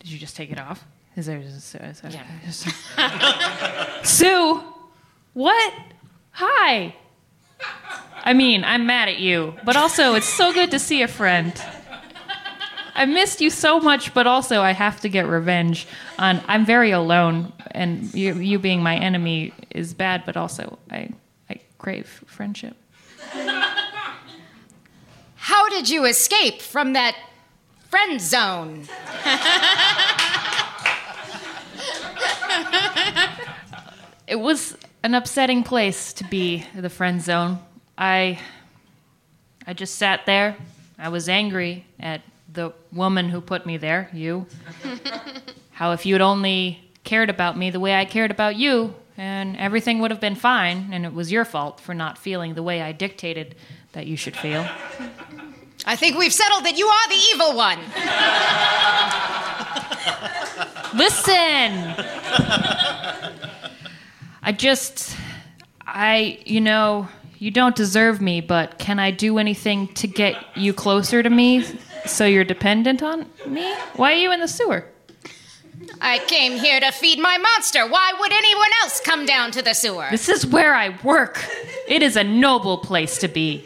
Speaker 1: Did you just take it off? Is there is there- is there-
Speaker 4: Yeah.
Speaker 1: is there- Sue, what? Hi. I mean, I'm mad at you, but also it's so good to see a friend. I missed you so much, but also I have to get revenge on. I'm very alone, and you, you being my enemy is bad, but also I, I crave friendship.
Speaker 4: How did you escape from that friend zone?
Speaker 1: it was an upsetting place to be the friend zone. I I just sat there. I was angry at the woman who put me there, you. How if you'd only cared about me the way I cared about you, and everything would have been fine, and it was your fault for not feeling the way I dictated that you should feel.
Speaker 4: I think we've settled that you are the evil one.
Speaker 1: Listen! I just. I, you know, you don't deserve me, but can I do anything to get you closer to me so you're dependent on me? Why are you in the sewer?
Speaker 4: I came here to feed my monster. Why would anyone else come down to the sewer?
Speaker 1: This is where I work. It is a noble place to be.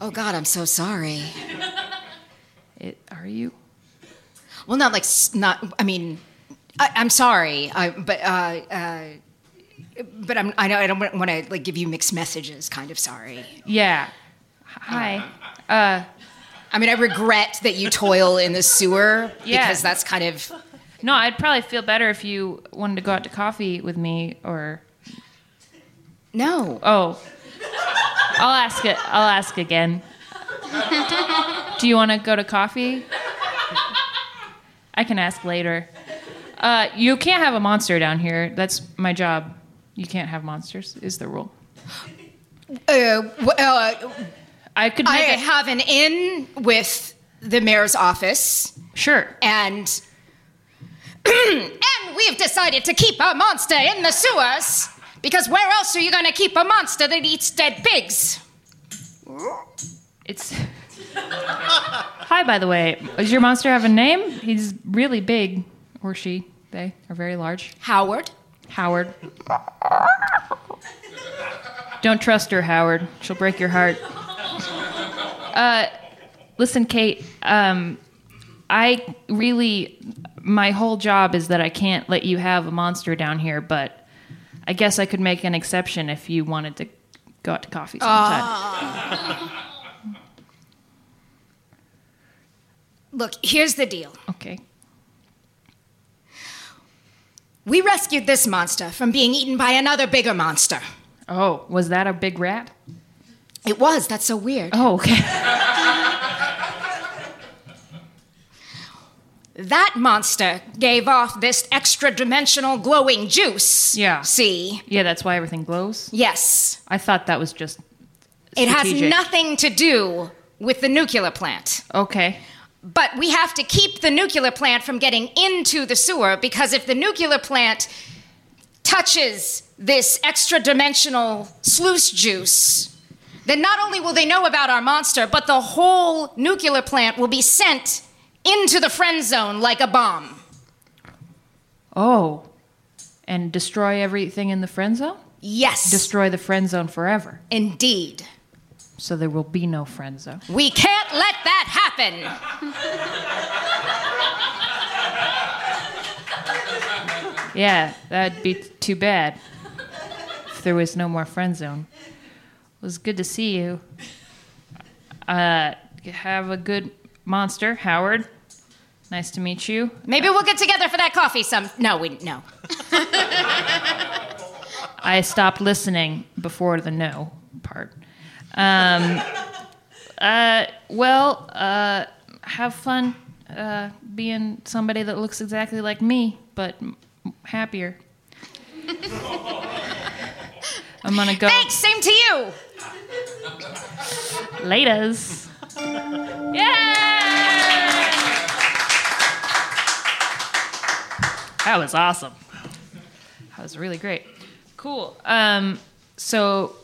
Speaker 4: Oh God, I'm so sorry.
Speaker 1: It, are you?
Speaker 4: Well, not like s- not. I mean, I, I'm sorry. I but uh, uh, but I'm. I know I don't want to like give you mixed messages. Kind of sorry.
Speaker 1: Yeah. Hi.
Speaker 4: I mean, I regret that you toil in the sewer
Speaker 1: Yeah.
Speaker 4: because that's kind of.
Speaker 1: No, I'd probably feel better if you wanted to go out to coffee with me or
Speaker 4: No.
Speaker 1: oh. I'll ask it. I'll ask again. Do you want to go to coffee? I can ask later. Uh, you can't have a monster down here. That's my job. You can't have monsters. Is the rule.
Speaker 4: Uh, wh- uh,
Speaker 1: I could
Speaker 4: I
Speaker 1: make it.
Speaker 4: have an inn with the mayor's office.
Speaker 1: sure.
Speaker 4: and and we've decided to keep a monster in the sewers because where else are you going to keep a monster that eats dead pigs?
Speaker 1: It's. Hi, by the way. Does your monster have a name? He's really big, or she. They are very large.
Speaker 4: Howard.
Speaker 1: Howard. Don't trust her, Howard. She'll break your heart. Uh, listen, Kate. Um, I really, my whole job is that I can't let you have a monster down here, but I guess I could make an exception if you wanted to go out to coffee sometime.
Speaker 4: Ah. Look, here's the deal.
Speaker 1: Okay.
Speaker 4: We rescued this monster from being eaten by another bigger monster.
Speaker 1: Oh, was that a big rat?
Speaker 4: It was, that's so weird.
Speaker 1: Oh, okay.
Speaker 4: That monster gave off this extra dimensional glowing juice.
Speaker 1: Yeah.
Speaker 4: See?
Speaker 1: Yeah, that's why everything glows.
Speaker 4: Yes.
Speaker 1: I thought that was just.
Speaker 4: It has
Speaker 1: strategic.
Speaker 4: nothing to do with the nuclear plant.
Speaker 1: Okay.
Speaker 4: But we have to keep the nuclear plant from getting into the sewer because if the nuclear plant touches this extra dimensional sluice juice, then not only will they know about our monster, but the whole nuclear plant will be sent into the friend zone like a bomb.
Speaker 1: Oh. And destroy everything in the friend zone?
Speaker 4: Yes.
Speaker 1: Destroy the friend zone forever.
Speaker 4: Indeed.
Speaker 1: So there will be no friend zone.
Speaker 4: We can't let that happen.
Speaker 1: Yeah, that'd be t- too bad if there was no more friend zone. It was good to see you. Uh, have a good monster, Howard. Nice to meet you.
Speaker 4: Maybe we'll get together for that coffee some. No, we no.
Speaker 1: I stopped listening before the no part. Um, uh, well, uh, have fun uh, being somebody that looks exactly like me, but m- happier. I'm gonna go.
Speaker 4: Thanks, same to you.
Speaker 1: Laters. Yeah. That was awesome. That was really great. Cool. Um, so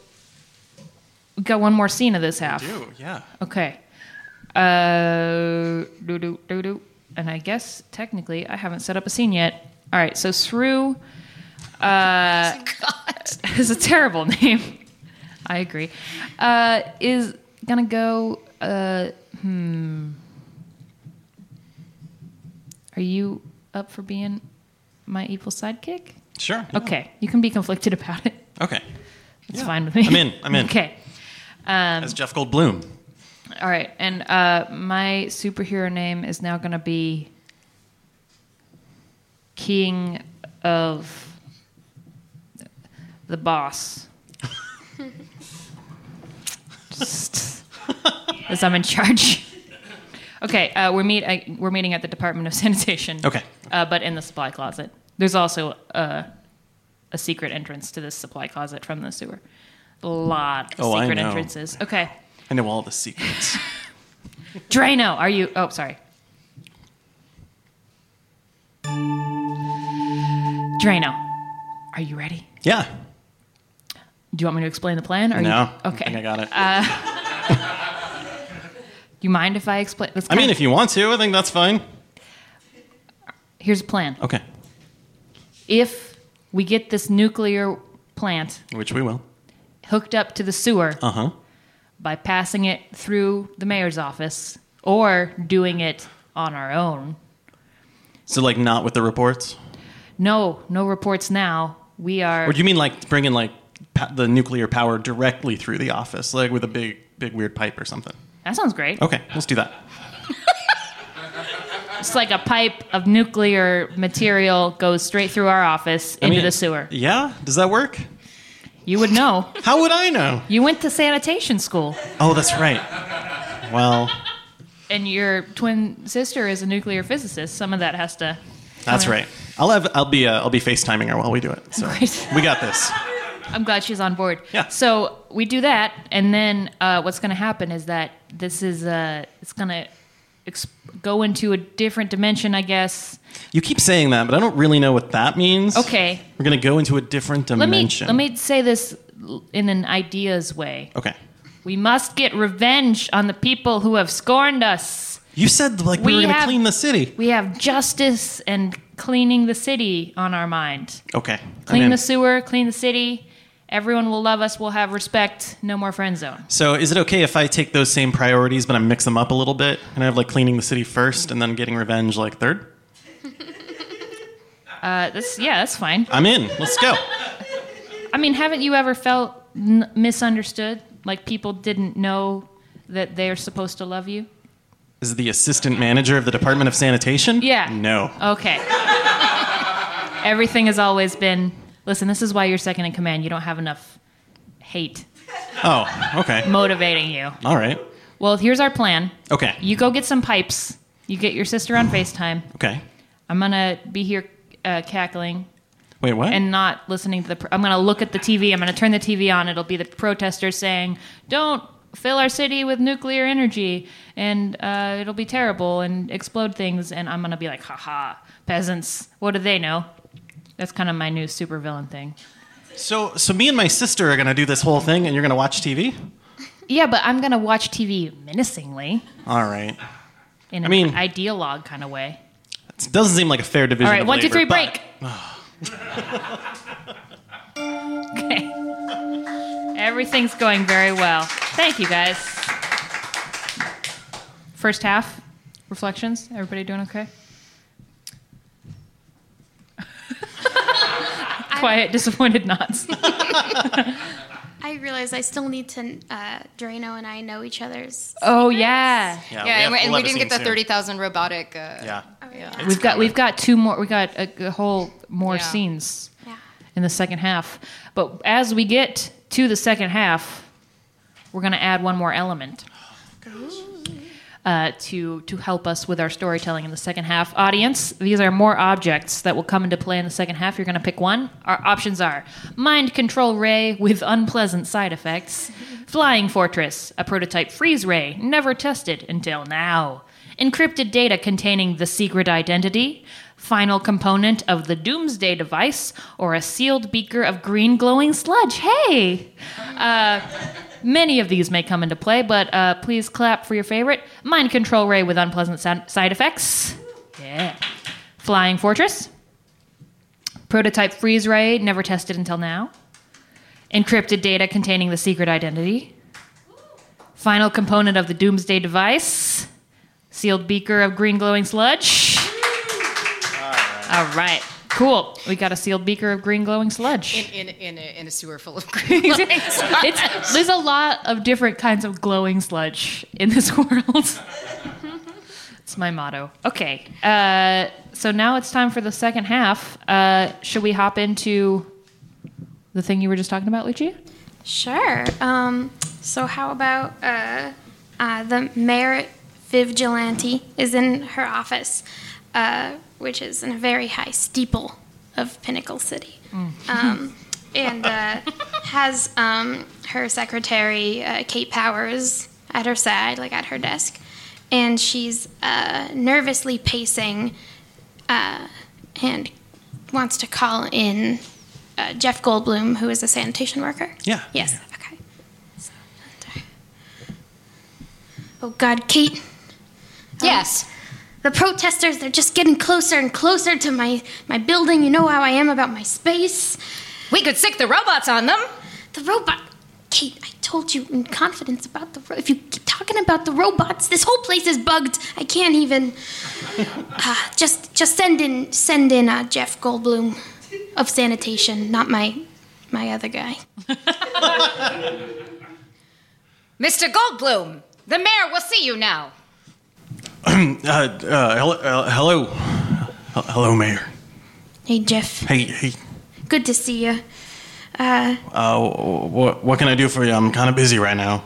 Speaker 1: we got one more scene of this half.
Speaker 2: Ew, yeah.
Speaker 1: Okay. Uh, do do do do. And I guess technically I haven't set up a scene yet. All right. So Sru uh,
Speaker 4: God.
Speaker 1: is a terrible name. I agree. Uh, is gonna go. Uh, hmm. Are you up for being my evil sidekick?
Speaker 2: Sure.
Speaker 1: Okay, you can be conflicted about it.
Speaker 2: Okay.
Speaker 1: It's
Speaker 2: Yeah.
Speaker 1: fine with me.
Speaker 2: I'm in, I'm in.
Speaker 1: Okay. Um,
Speaker 2: As Jeff Goldblum.
Speaker 1: All right. And uh, my superhero name is now gonna be King of the Boss. Just- because I'm in charge. okay, uh, we're meet I, we're meeting at the Department of Sanitation.
Speaker 2: Okay.
Speaker 1: uh, but in the supply closet. There's also a, a secret entrance to this supply closet from the sewer. A lot of
Speaker 2: Oh, I
Speaker 1: secret
Speaker 2: know.
Speaker 1: entrances. Okay,
Speaker 2: I know all the secrets.
Speaker 1: Drano, are you? Oh, sorry. Drano, are you ready?
Speaker 2: yeah.
Speaker 1: Do you want me to explain the plan? Or You,
Speaker 2: No. I think I
Speaker 1: okay. Uh,
Speaker 2: got it.
Speaker 1: Do you mind if I explain? That's
Speaker 2: I mean,
Speaker 1: kinda-
Speaker 2: if you want to, I think that's fine.
Speaker 1: here's the plan.
Speaker 2: Okay.
Speaker 1: If we get this nuclear plant
Speaker 2: Which we will.
Speaker 1: hooked up to the sewer
Speaker 2: Uh huh.
Speaker 1: by passing it through the mayor's office or doing it on our own,
Speaker 2: So, like, not with the reports?
Speaker 1: no, no reports now. We are.
Speaker 2: Or do you mean like bringing like pa- the nuclear power directly through the office, like with a big, big weird pipe or something?
Speaker 1: that sounds great.
Speaker 2: Okay, let's do that.
Speaker 1: It's like a pipe of nuclear material goes straight through our office into
Speaker 2: I mean,
Speaker 1: the sewer.
Speaker 2: Yeah, does that work?
Speaker 1: You would know.
Speaker 2: How would I know?
Speaker 1: You went to sanitation school,
Speaker 2: Oh, that's right. Well,
Speaker 1: and your twin sister is a nuclear physicist. Some of that has to.
Speaker 2: that's
Speaker 1: come in.
Speaker 2: right. I'll have I'll be uh, I'll be FaceTiming her while we do it. So
Speaker 1: Right.
Speaker 2: we got this.
Speaker 1: I'm glad she's on board.
Speaker 2: Yeah.
Speaker 1: So we do that, and then uh, what's going to happen is that this is uh, it's going to ex- go into a different dimension, I guess.
Speaker 2: You keep saying that, but I don't really know what that means.
Speaker 1: Okay.
Speaker 2: We're gonna go into a different
Speaker 1: Let me
Speaker 2: dimension.
Speaker 1: let me say this l- in an ideas way.
Speaker 2: Okay.
Speaker 1: We must get revenge on the people who have scorned us.
Speaker 2: You said like we,
Speaker 1: We
Speaker 2: were gonna
Speaker 1: have-
Speaker 2: clean the city.
Speaker 1: We have justice and cleaning the city on our mind.
Speaker 2: Okay. I'm
Speaker 1: Clean
Speaker 2: in.
Speaker 1: the sewer, clean the city. Everyone will love us. We'll have respect. No more friend zone.
Speaker 2: So is it okay if I take those same priorities but I mix them up a little bit and I have like cleaning the city first and then getting revenge like third?
Speaker 1: Uh, that's yeah, that's fine.
Speaker 2: I'm in. Let's go.
Speaker 1: I mean, haven't you ever felt n- misunderstood? Like people didn't know that they're supposed to love you?
Speaker 2: Is it the assistant manager of the Department of Sanitation?
Speaker 1: Yeah.
Speaker 2: No.
Speaker 1: Okay. Everything has always been. Listen, this is why you're second in command. You don't have enough hate
Speaker 2: Oh, okay.
Speaker 1: motivating you.
Speaker 2: All right.
Speaker 1: Well, here's our plan.
Speaker 2: Okay.
Speaker 1: You go get some pipes. You get your sister on FaceTime.
Speaker 2: Okay.
Speaker 1: I'm gonna be here uh, cackling
Speaker 2: Wait, what?
Speaker 1: and not listening to the. Pro- I'm gonna look at the TV. I'm gonna turn the TV on. It'll be the protesters saying, "Don't fill our city with nuclear energy," and uh, it'll be terrible and explode things. And I'm gonna be like, "Ha ha, peasants! What do they know?" That's kind of my new supervillain thing.
Speaker 2: so, so me and my sister are gonna do this whole thing, and you're gonna watch TV.
Speaker 1: Yeah, but I'm gonna watch TV menacingly
Speaker 2: All right.
Speaker 1: in an
Speaker 2: I mean-
Speaker 1: ideologue kind of way.
Speaker 2: It doesn't seem like a fair division.
Speaker 1: All right,
Speaker 2: of
Speaker 1: one, two,
Speaker 2: labor,
Speaker 1: three,
Speaker 2: but-
Speaker 1: break. okay. Everything's going very well. Thank you guys. First half reflections. Everybody doing okay? Quiet, disappointed nods.
Speaker 3: I realize I still need to. Uh, Drano and I know each other's.
Speaker 1: oh yeah,
Speaker 2: Yeah,
Speaker 4: yeah, and
Speaker 2: we
Speaker 4: we,
Speaker 2: have-
Speaker 4: and
Speaker 2: we'll
Speaker 4: we
Speaker 2: have a
Speaker 4: didn't get
Speaker 2: scene
Speaker 4: the
Speaker 2: soon.
Speaker 4: thirty thousand robotic. Uh,
Speaker 2: Yeah.
Speaker 3: Oh,
Speaker 4: yeah.
Speaker 1: we've got we've got two more. We got a, a whole more
Speaker 4: Yeah.
Speaker 1: scenes
Speaker 3: Yeah.
Speaker 1: in the second half. But as we get to the second half, we're going to add one more element uh, to to help us with our storytelling in the second half. Audience, these are more objects that will come into play in the second half. You're going to pick one. Our options are mind control ray with unpleasant side effects, flying fortress, a prototype freeze ray never tested until now. Encrypted data containing the secret identity, final component of the doomsday device, or a sealed beaker of green glowing sludge. Hey! Many of these may come into play, but uh, please clap for your favorite. Mind Control Ray with unpleasant sound- side effects. Yeah. Flying Fortress. Prototype Freeze Ray, never tested until now. Encrypted data containing the secret identity. Final component of the Doomsday device. Sealed beaker of green glowing sludge. All right. Cool. We got a sealed beaker of green glowing sludge
Speaker 4: In, in, in, a, in a sewer full of green.
Speaker 1: it's, there's a lot of different kinds of glowing sludge in this world. it's my motto. Okay, uh, so now it's time for the second half. Uh, should we hop into the thing you were just talking about, Lucia?
Speaker 3: Sure. Um, so how about uh, Uh, the mayor, Vigilante, is in her office, uh, which is in a very high steeple of Pinnacle City. Um, and uh, has um, her secretary, uh, Kate Powers, at her side, like at her desk. And she's uh, nervously pacing uh, and wants to call in uh, Jeff Goldblum, who is a sanitation worker.
Speaker 2: Yeah.
Speaker 3: Yes. Okay. So, oh God, Kate.
Speaker 4: Yes.
Speaker 3: The protesters, they're just getting closer and closer to my, my building. You know how I am about my space.
Speaker 4: We could sick the robots on them.
Speaker 3: The robot. Kate, I told you in confidence about the ro- If you keep talking about the robots, this whole place is bugged. I can't even. Uh, just just send in send in uh, Jeff Goldblum of sanitation, not my my other guy.
Speaker 4: Mr. Goldblum, the mayor will see you now.
Speaker 2: Uh, uh, hello, uh, hello, Hel- hello, Mayor.
Speaker 3: Hey Jeff,
Speaker 2: Hey, hey.
Speaker 3: good to see you.
Speaker 2: Uh, what what can I do for you? I'm kind of busy right now.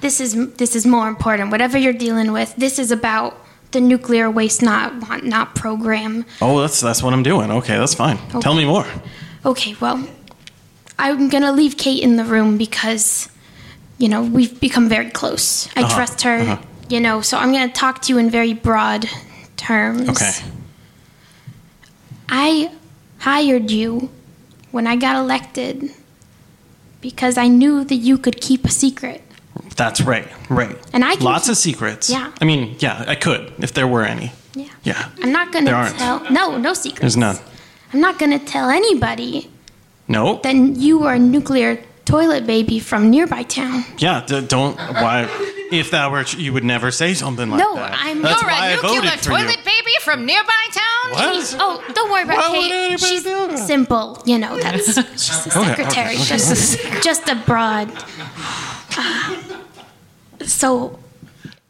Speaker 3: This is this is more important. Whatever you're dealing with, this is about the nuclear waste not want not program.
Speaker 2: Oh, that's that's what I'm doing. Okay, that's fine. Tell me more.
Speaker 3: Okay, well, I'm gonna leave Kate in the room because, you know, we've become very close. I
Speaker 2: Uh-huh,
Speaker 3: trust her,
Speaker 2: uh-huh.
Speaker 3: you know, so I'm gonna talk to you in very broad terms.
Speaker 2: Okay.
Speaker 3: I hired you when I got elected because I knew that you could keep a secret.
Speaker 2: That's right. Right.
Speaker 3: And I can-
Speaker 2: lots of secrets.
Speaker 3: Yeah.
Speaker 2: I mean, yeah, I could if there were any.
Speaker 3: Yeah.
Speaker 2: Yeah.
Speaker 3: I'm not gonna
Speaker 2: There aren't.
Speaker 3: tell. No, no secrets.
Speaker 2: There's none.
Speaker 3: I'm not gonna tell anybody
Speaker 2: No.
Speaker 3: that you were a nuclear toilet baby from nearby town.
Speaker 2: Yeah. D- don't. Why? If that were, tr- you would never say something like
Speaker 3: No,
Speaker 2: that.
Speaker 3: I'm-
Speaker 2: That's
Speaker 4: You're
Speaker 2: why
Speaker 4: a
Speaker 2: I
Speaker 4: nuclear
Speaker 2: voted for you.
Speaker 4: toilet baby from nearby town?
Speaker 2: What?
Speaker 3: Oh, don't worry about
Speaker 2: Why would
Speaker 3: Kate.
Speaker 2: anybody
Speaker 3: She's
Speaker 2: do that?
Speaker 3: simple, you know. That's she's a
Speaker 2: Okay, okay,
Speaker 3: secretary,
Speaker 2: okay.
Speaker 3: just just a broad. Uh, so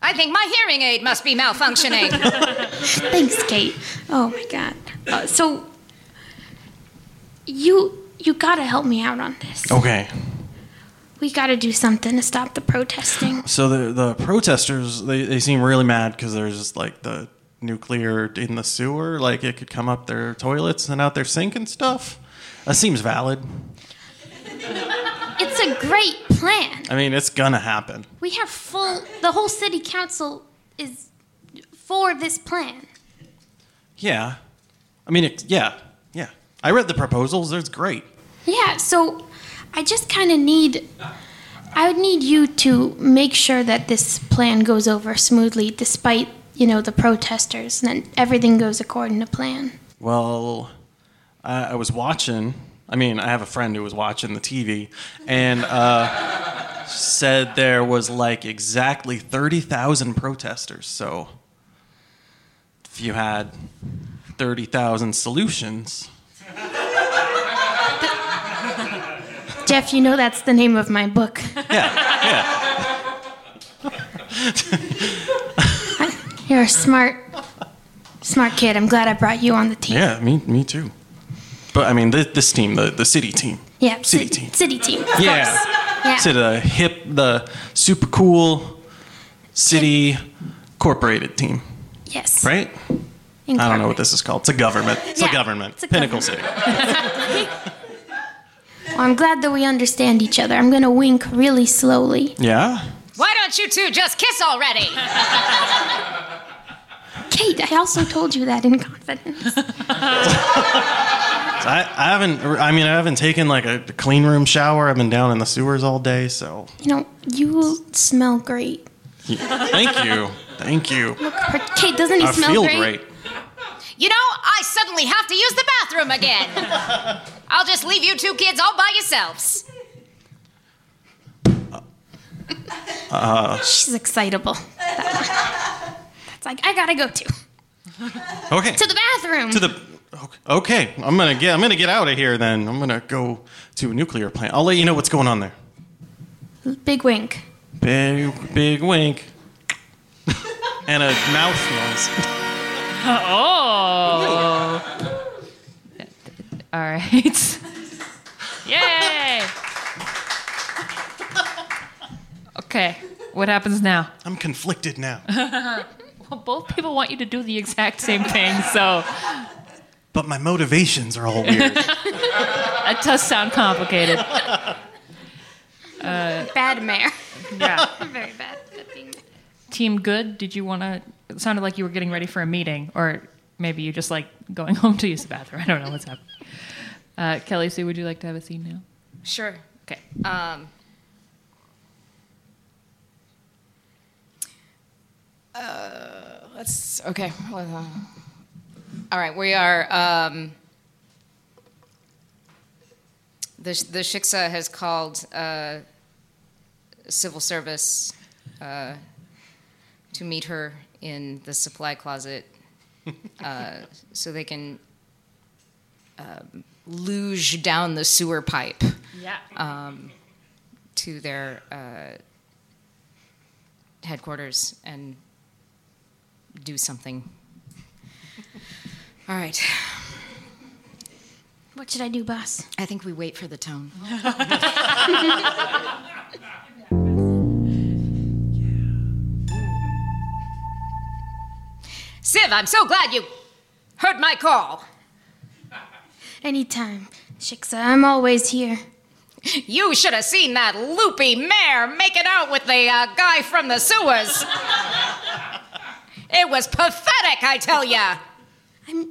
Speaker 4: I think my hearing aid must be malfunctioning.
Speaker 3: thanks, Kate. Oh my God. Uh, so you you gotta help me out on this.
Speaker 2: Okay.
Speaker 3: We gotta do something to stop the protesting.
Speaker 2: So the the protesters they, they seem really mad because there's like the nuclear in the sewer, like it could come up their toilets and out their sink and stuff. That seems valid.
Speaker 3: It's a great plan.
Speaker 2: I mean, it's gonna happen.
Speaker 3: We have full. The whole city council is for this plan.
Speaker 2: Yeah. I mean, it, yeah, yeah. I read the proposals. It's great.
Speaker 3: Yeah, so I just kind of need. I would need you to make sure that this plan goes over smoothly despite, you know, the protesters and that everything goes according to plan.
Speaker 2: Well, I, I was watching. I mean, I have a friend who was watching the TV and uh, said there was like exactly 30,000 protesters. So if you had 30,000 solutions,
Speaker 3: Jeff, you know that's the name of my book.
Speaker 2: yeah,
Speaker 3: You're a smart, smart kid. I'm glad I brought you on the team.
Speaker 2: yeah, yeah, me, me too. But I mean, th- this team, the, the city team.
Speaker 3: Yeah,
Speaker 2: City
Speaker 3: ci-
Speaker 2: team.
Speaker 3: City team. of course.
Speaker 2: Yeah.
Speaker 3: Yeah.
Speaker 2: To the hip, the super cool city corporated team,
Speaker 3: Yes.
Speaker 2: right? I don't know what this is called. It's a government. It's
Speaker 3: Yeah,
Speaker 2: a government.
Speaker 3: it's a
Speaker 2: Pinnacle City.
Speaker 3: Well, I'm glad that we understand each other. I'm gonna wink really slowly.
Speaker 2: Yeah.
Speaker 4: Why don't you two just kiss already?
Speaker 3: Kate, I also told you that in confidence.
Speaker 2: So I, I haven't. I mean, I haven't taken like a clean room shower. I've been down in the sewers all day. So
Speaker 3: You know, you smell great.
Speaker 2: thank you, thank you.
Speaker 3: But Kate, doesn't he
Speaker 2: I
Speaker 3: smell
Speaker 2: feel
Speaker 3: great?
Speaker 2: great.
Speaker 4: You know, I suddenly have to use the bathroom again. I'll just leave you two kids all by yourselves.
Speaker 3: She's excitable. That's like I gotta go to to
Speaker 2: Okay.
Speaker 3: the bathroom.
Speaker 2: To the. Okay. I'm gonna get. I'm gonna get out of here. Then I'm gonna go to a nuclear plant. I'll let you know what's going on there.
Speaker 3: Big wink.
Speaker 2: Big big wink. and a mouth noise.
Speaker 1: Oh. All right. Yay. Okay. What happens now?
Speaker 2: I'm conflicted now.
Speaker 1: Well, both people want you to do the exact same thing, so
Speaker 2: but my motivations are all weird.
Speaker 1: it does sound complicated.
Speaker 3: Bad mayor.
Speaker 1: Yeah.
Speaker 3: Very bad at being.
Speaker 1: Team Good, did you want to? It sounded like you were getting ready for a meeting, or maybe you just like going home to use the bathroom. I don't know what's happening. Uh, Kelly Sue, would you like to have a scene now?
Speaker 4: Sure.
Speaker 1: Okay.
Speaker 4: Um, uh, let's okay. All right, we are. Um, the the shiksa has called uh, civil service uh, to meet her in the supply closet, uh, so they can um, luge down the sewer pipe um,
Speaker 1: Yeah.
Speaker 4: to their uh, headquarters and do something. All right.
Speaker 3: What should I do, boss?
Speaker 4: I think we wait for the tone. Siv, I'm so glad you heard my call.
Speaker 3: Anytime. Shiksa, I'm always here.
Speaker 4: You should have seen that loopy mare making out with the uh, guy from the sewers. it was pathetic, I tell ya.
Speaker 3: I'm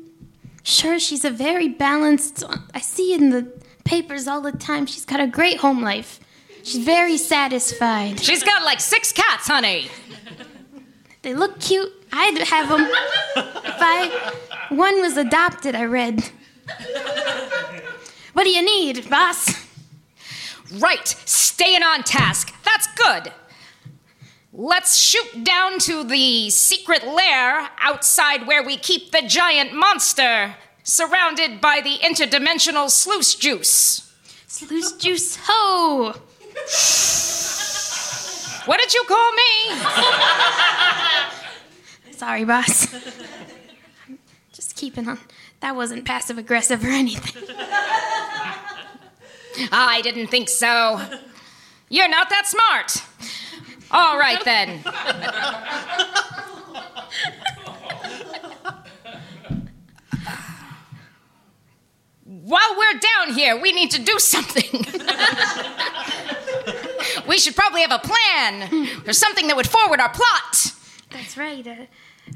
Speaker 3: sure she's a very balanced. I see in the papers all the time she's got a great home life. She's very satisfied.
Speaker 4: She's got like six cats, honey.
Speaker 3: They look cute. I'd have them. if I. One was adopted, I read. What do you need, boss?
Speaker 4: Right, staying on task. That's good. Let's shoot down to the secret lair outside where we keep the giant monster, surrounded by the interdimensional sluice juice.
Speaker 3: Sluice juice ho!
Speaker 4: What did you call me?
Speaker 3: Sorry, boss. I'm Just keeping on. That wasn't passive aggressive or anything.
Speaker 4: I didn't think so. You're not that smart. All right then. While we're down here, we need to do something. we should probably have a plan or something that would forward our plot.
Speaker 3: That's right. Uh,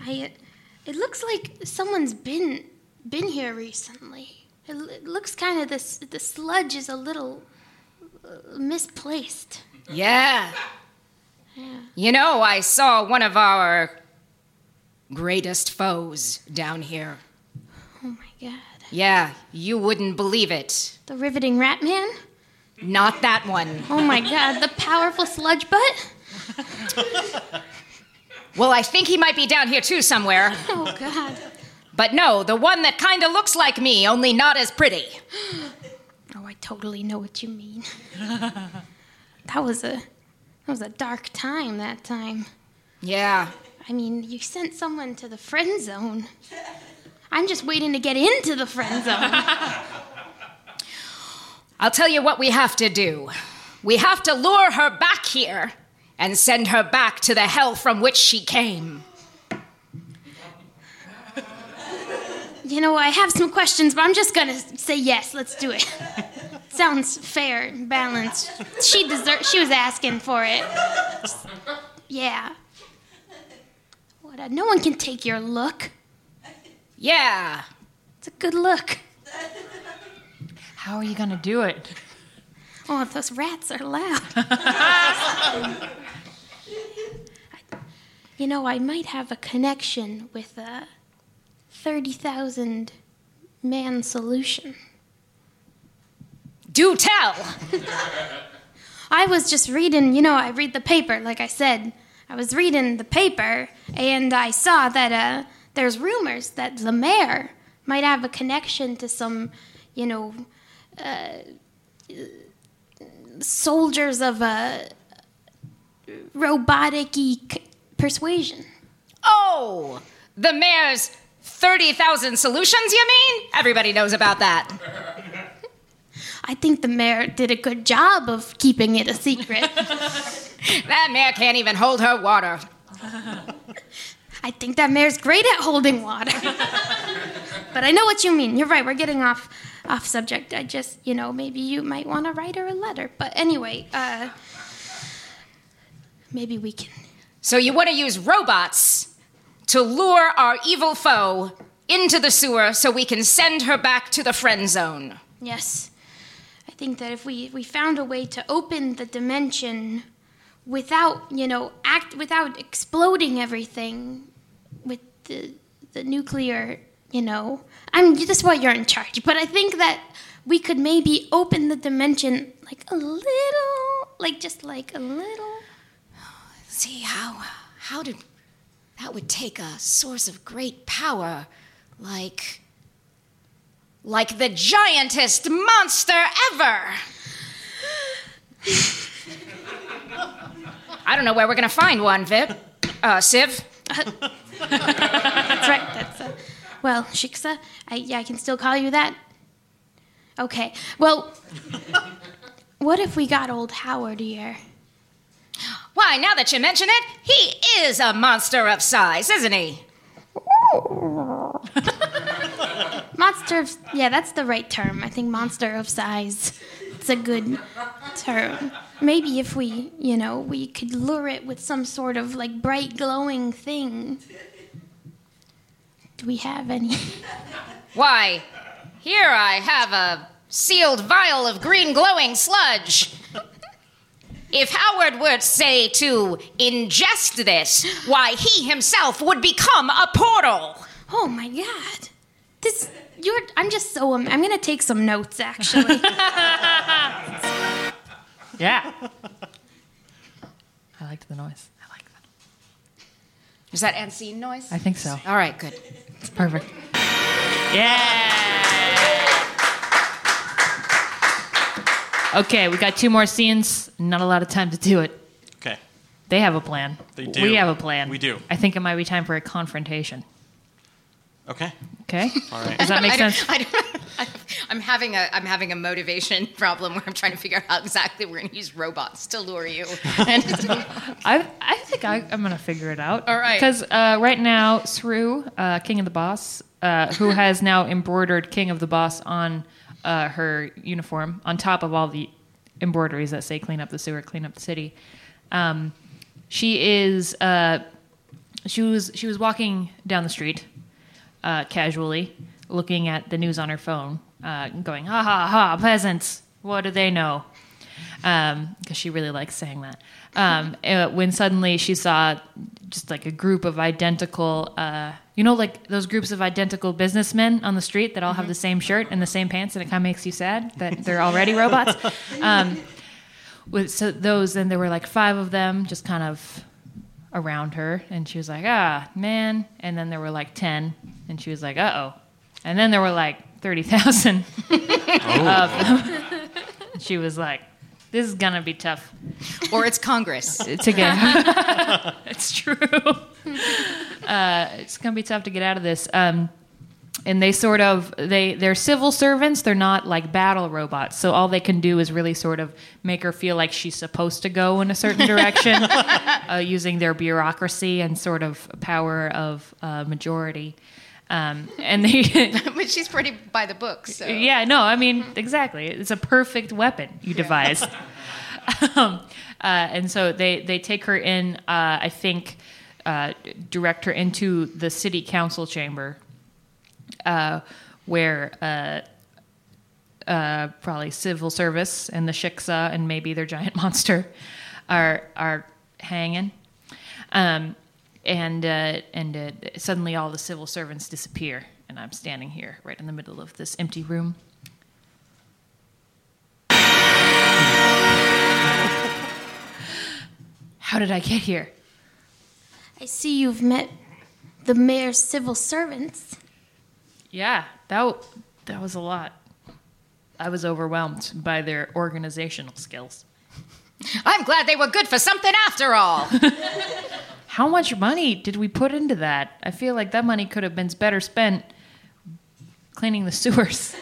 Speaker 3: I. Uh, it looks like someone's been been here recently. It, l- it looks kind of this. The sludge is a little uh, misplaced.
Speaker 4: Yeah. You know, I saw one of our greatest foes down here.
Speaker 3: Oh my god.
Speaker 4: Yeah, you wouldn't believe it.
Speaker 3: The riveting rat man.
Speaker 4: Not that one.
Speaker 3: Oh my god. The powerful sludge butt.
Speaker 4: Well, I think he might be down here too somewhere.
Speaker 3: Oh god.
Speaker 4: But no, the one that kinda looks like me, only not as pretty.
Speaker 3: Oh, I totally know what you mean. that was a. That was a dark time. That time.
Speaker 4: Yeah.
Speaker 3: I mean, you sent someone to the friend zone. I'm just waiting to get into the friend zone.
Speaker 4: I'll tell you what we have to do. We have to lure her back here and send her back to the hell from which she came.
Speaker 3: You know, I have some questions, but I'm just gonna say yes. Let's do it. Sounds fair and balanced. She deserved. She was asking for it. Yeah. What? A, no one can take your look.
Speaker 4: Yeah.
Speaker 3: It's a good look.
Speaker 1: How are you gonna do it?
Speaker 3: Oh, those rats are loud. you know, I might have a connection with a 30,000 man solution.
Speaker 4: Do tell.
Speaker 3: I was just reading, you know, I read the paper, like I said. I was reading the paper and I saw that uh, there's rumors that the mayor might have a connection to some, you know, uh, soldiers of uh, a robotic y persuasion.
Speaker 4: Oh, the mayor's 30,000 solutions, you mean? Everybody knows about that.
Speaker 3: I think the mayor did a good job of keeping it a secret.
Speaker 4: That mare can't even hold her water.
Speaker 3: I think that mare's great at holding water. but I know what you mean. You're right. We're getting off off subject. I just, you know, maybe you might want to write her a letter. But anyway, uh, maybe we can.
Speaker 4: So you want to use robots to lure our evil foe into the sewer so we can send her back to the friend zone.
Speaker 3: Yes, I think that if we we found a way to open the dimension without, you know, act without exploding everything with the the nuclear, you know, I mean, that's why you're in charge. But I think that we could maybe open the dimension like a little, like just like a little.
Speaker 4: See how how did that would take a source of great power like like the giantest monster ever. I don't know where we're gonna find one, Viv. Uh, Siv.
Speaker 3: That's right. That's uh, well, Shiksa. I yeah, I can still call you that. Okay. Well, what if we got old Howard here?
Speaker 4: Why, now that you mention it, he is a monster of size, isn't he?
Speaker 3: Monster of yeah, that's the right term. I think monster of size. It's a good term. Maybe if we, you know, we could lure it with some sort of like bright glowing thing. Do we have any?
Speaker 4: Why, here I have a sealed vial of green glowing sludge. If Howard were, say, to ingest this, why, he himself would become a portal.
Speaker 3: Oh my god. This you're I'm just so am- I'm going to take some notes actually.
Speaker 1: Yeah. I liked the noise. I like that.
Speaker 4: Is that unseen noise?
Speaker 1: I think so.
Speaker 4: All right, good.
Speaker 1: It's perfect. Yeah. Okay, we got two more scenes. Not a lot of time to do it.
Speaker 2: Okay.
Speaker 1: They have a plan.
Speaker 2: They do.
Speaker 1: We have a plan.
Speaker 2: We do.
Speaker 1: I think it might be time for a confrontation.
Speaker 2: Okay.
Speaker 1: Okay.
Speaker 2: All right.
Speaker 1: Does that make
Speaker 4: I don't-
Speaker 1: sense?
Speaker 4: I don't- I- I'm having a I'm having a motivation problem where I'm trying to figure out how exactly we're going to use robots to lure you. And
Speaker 1: I I think I, I'm gonna figure it out.
Speaker 4: All right.
Speaker 1: Because uh, right now, Sru, uh, King of the Boss, uh, who has now embroidered King of the Boss on uh, her uniform, on top of all the embroideries that say "Clean up the sewer, clean up the city," um, she is. Uh, she was she was walking down the street, uh, casually, looking at the news on her phone, uh, going ha ha ha peasants. What do they know? because she really likes saying that. Um, uh, when suddenly she saw just like a group of identical, uh, you know, like those groups of identical businessmen on the street that all have the same shirt and the same pants, and it kind of makes you sad that they're already robots. Um, with, so those, and there were like five of them, just kind of around her, and she was like, ah, man. And then there were like ten, and she was like, uh oh. And then there were like thirty thousand of them. she was like, this is gonna be tough
Speaker 4: or it's Congress.
Speaker 1: to get. it's true. Uh, it's gonna be tough to get out of this. Um, and they sort of they they're civil servants. They're not like battle robots. So all they can do is really sort of make her feel like she's supposed to go in a certain direction, uh, using their bureaucracy and sort of power of uh, majority. Um, and they
Speaker 4: But she's pretty by the book, so
Speaker 1: Yeah, no, I mean, exactly. It's a perfect weapon you devised. um, uh, and so they, they take her in, uh, I think, uh, direct her into the city council chamber uh, where uh, uh, probably civil service and the Shiksa and maybe their giant monster are, are hanging. Um, and uh, and uh, suddenly all the civil servants disappear, and I'm standing here right in the middle of this empty room. How did I get here?
Speaker 3: I see you've met the mayor's civil servants.
Speaker 1: Yeah, that w- that was a lot. I was overwhelmed by their organizational skills.
Speaker 4: I'm glad they were good for something after all.
Speaker 1: How much money did we put into that? I feel like that money could have been better spent
Speaker 3: Oh.
Speaker 1: cleaning the sewers.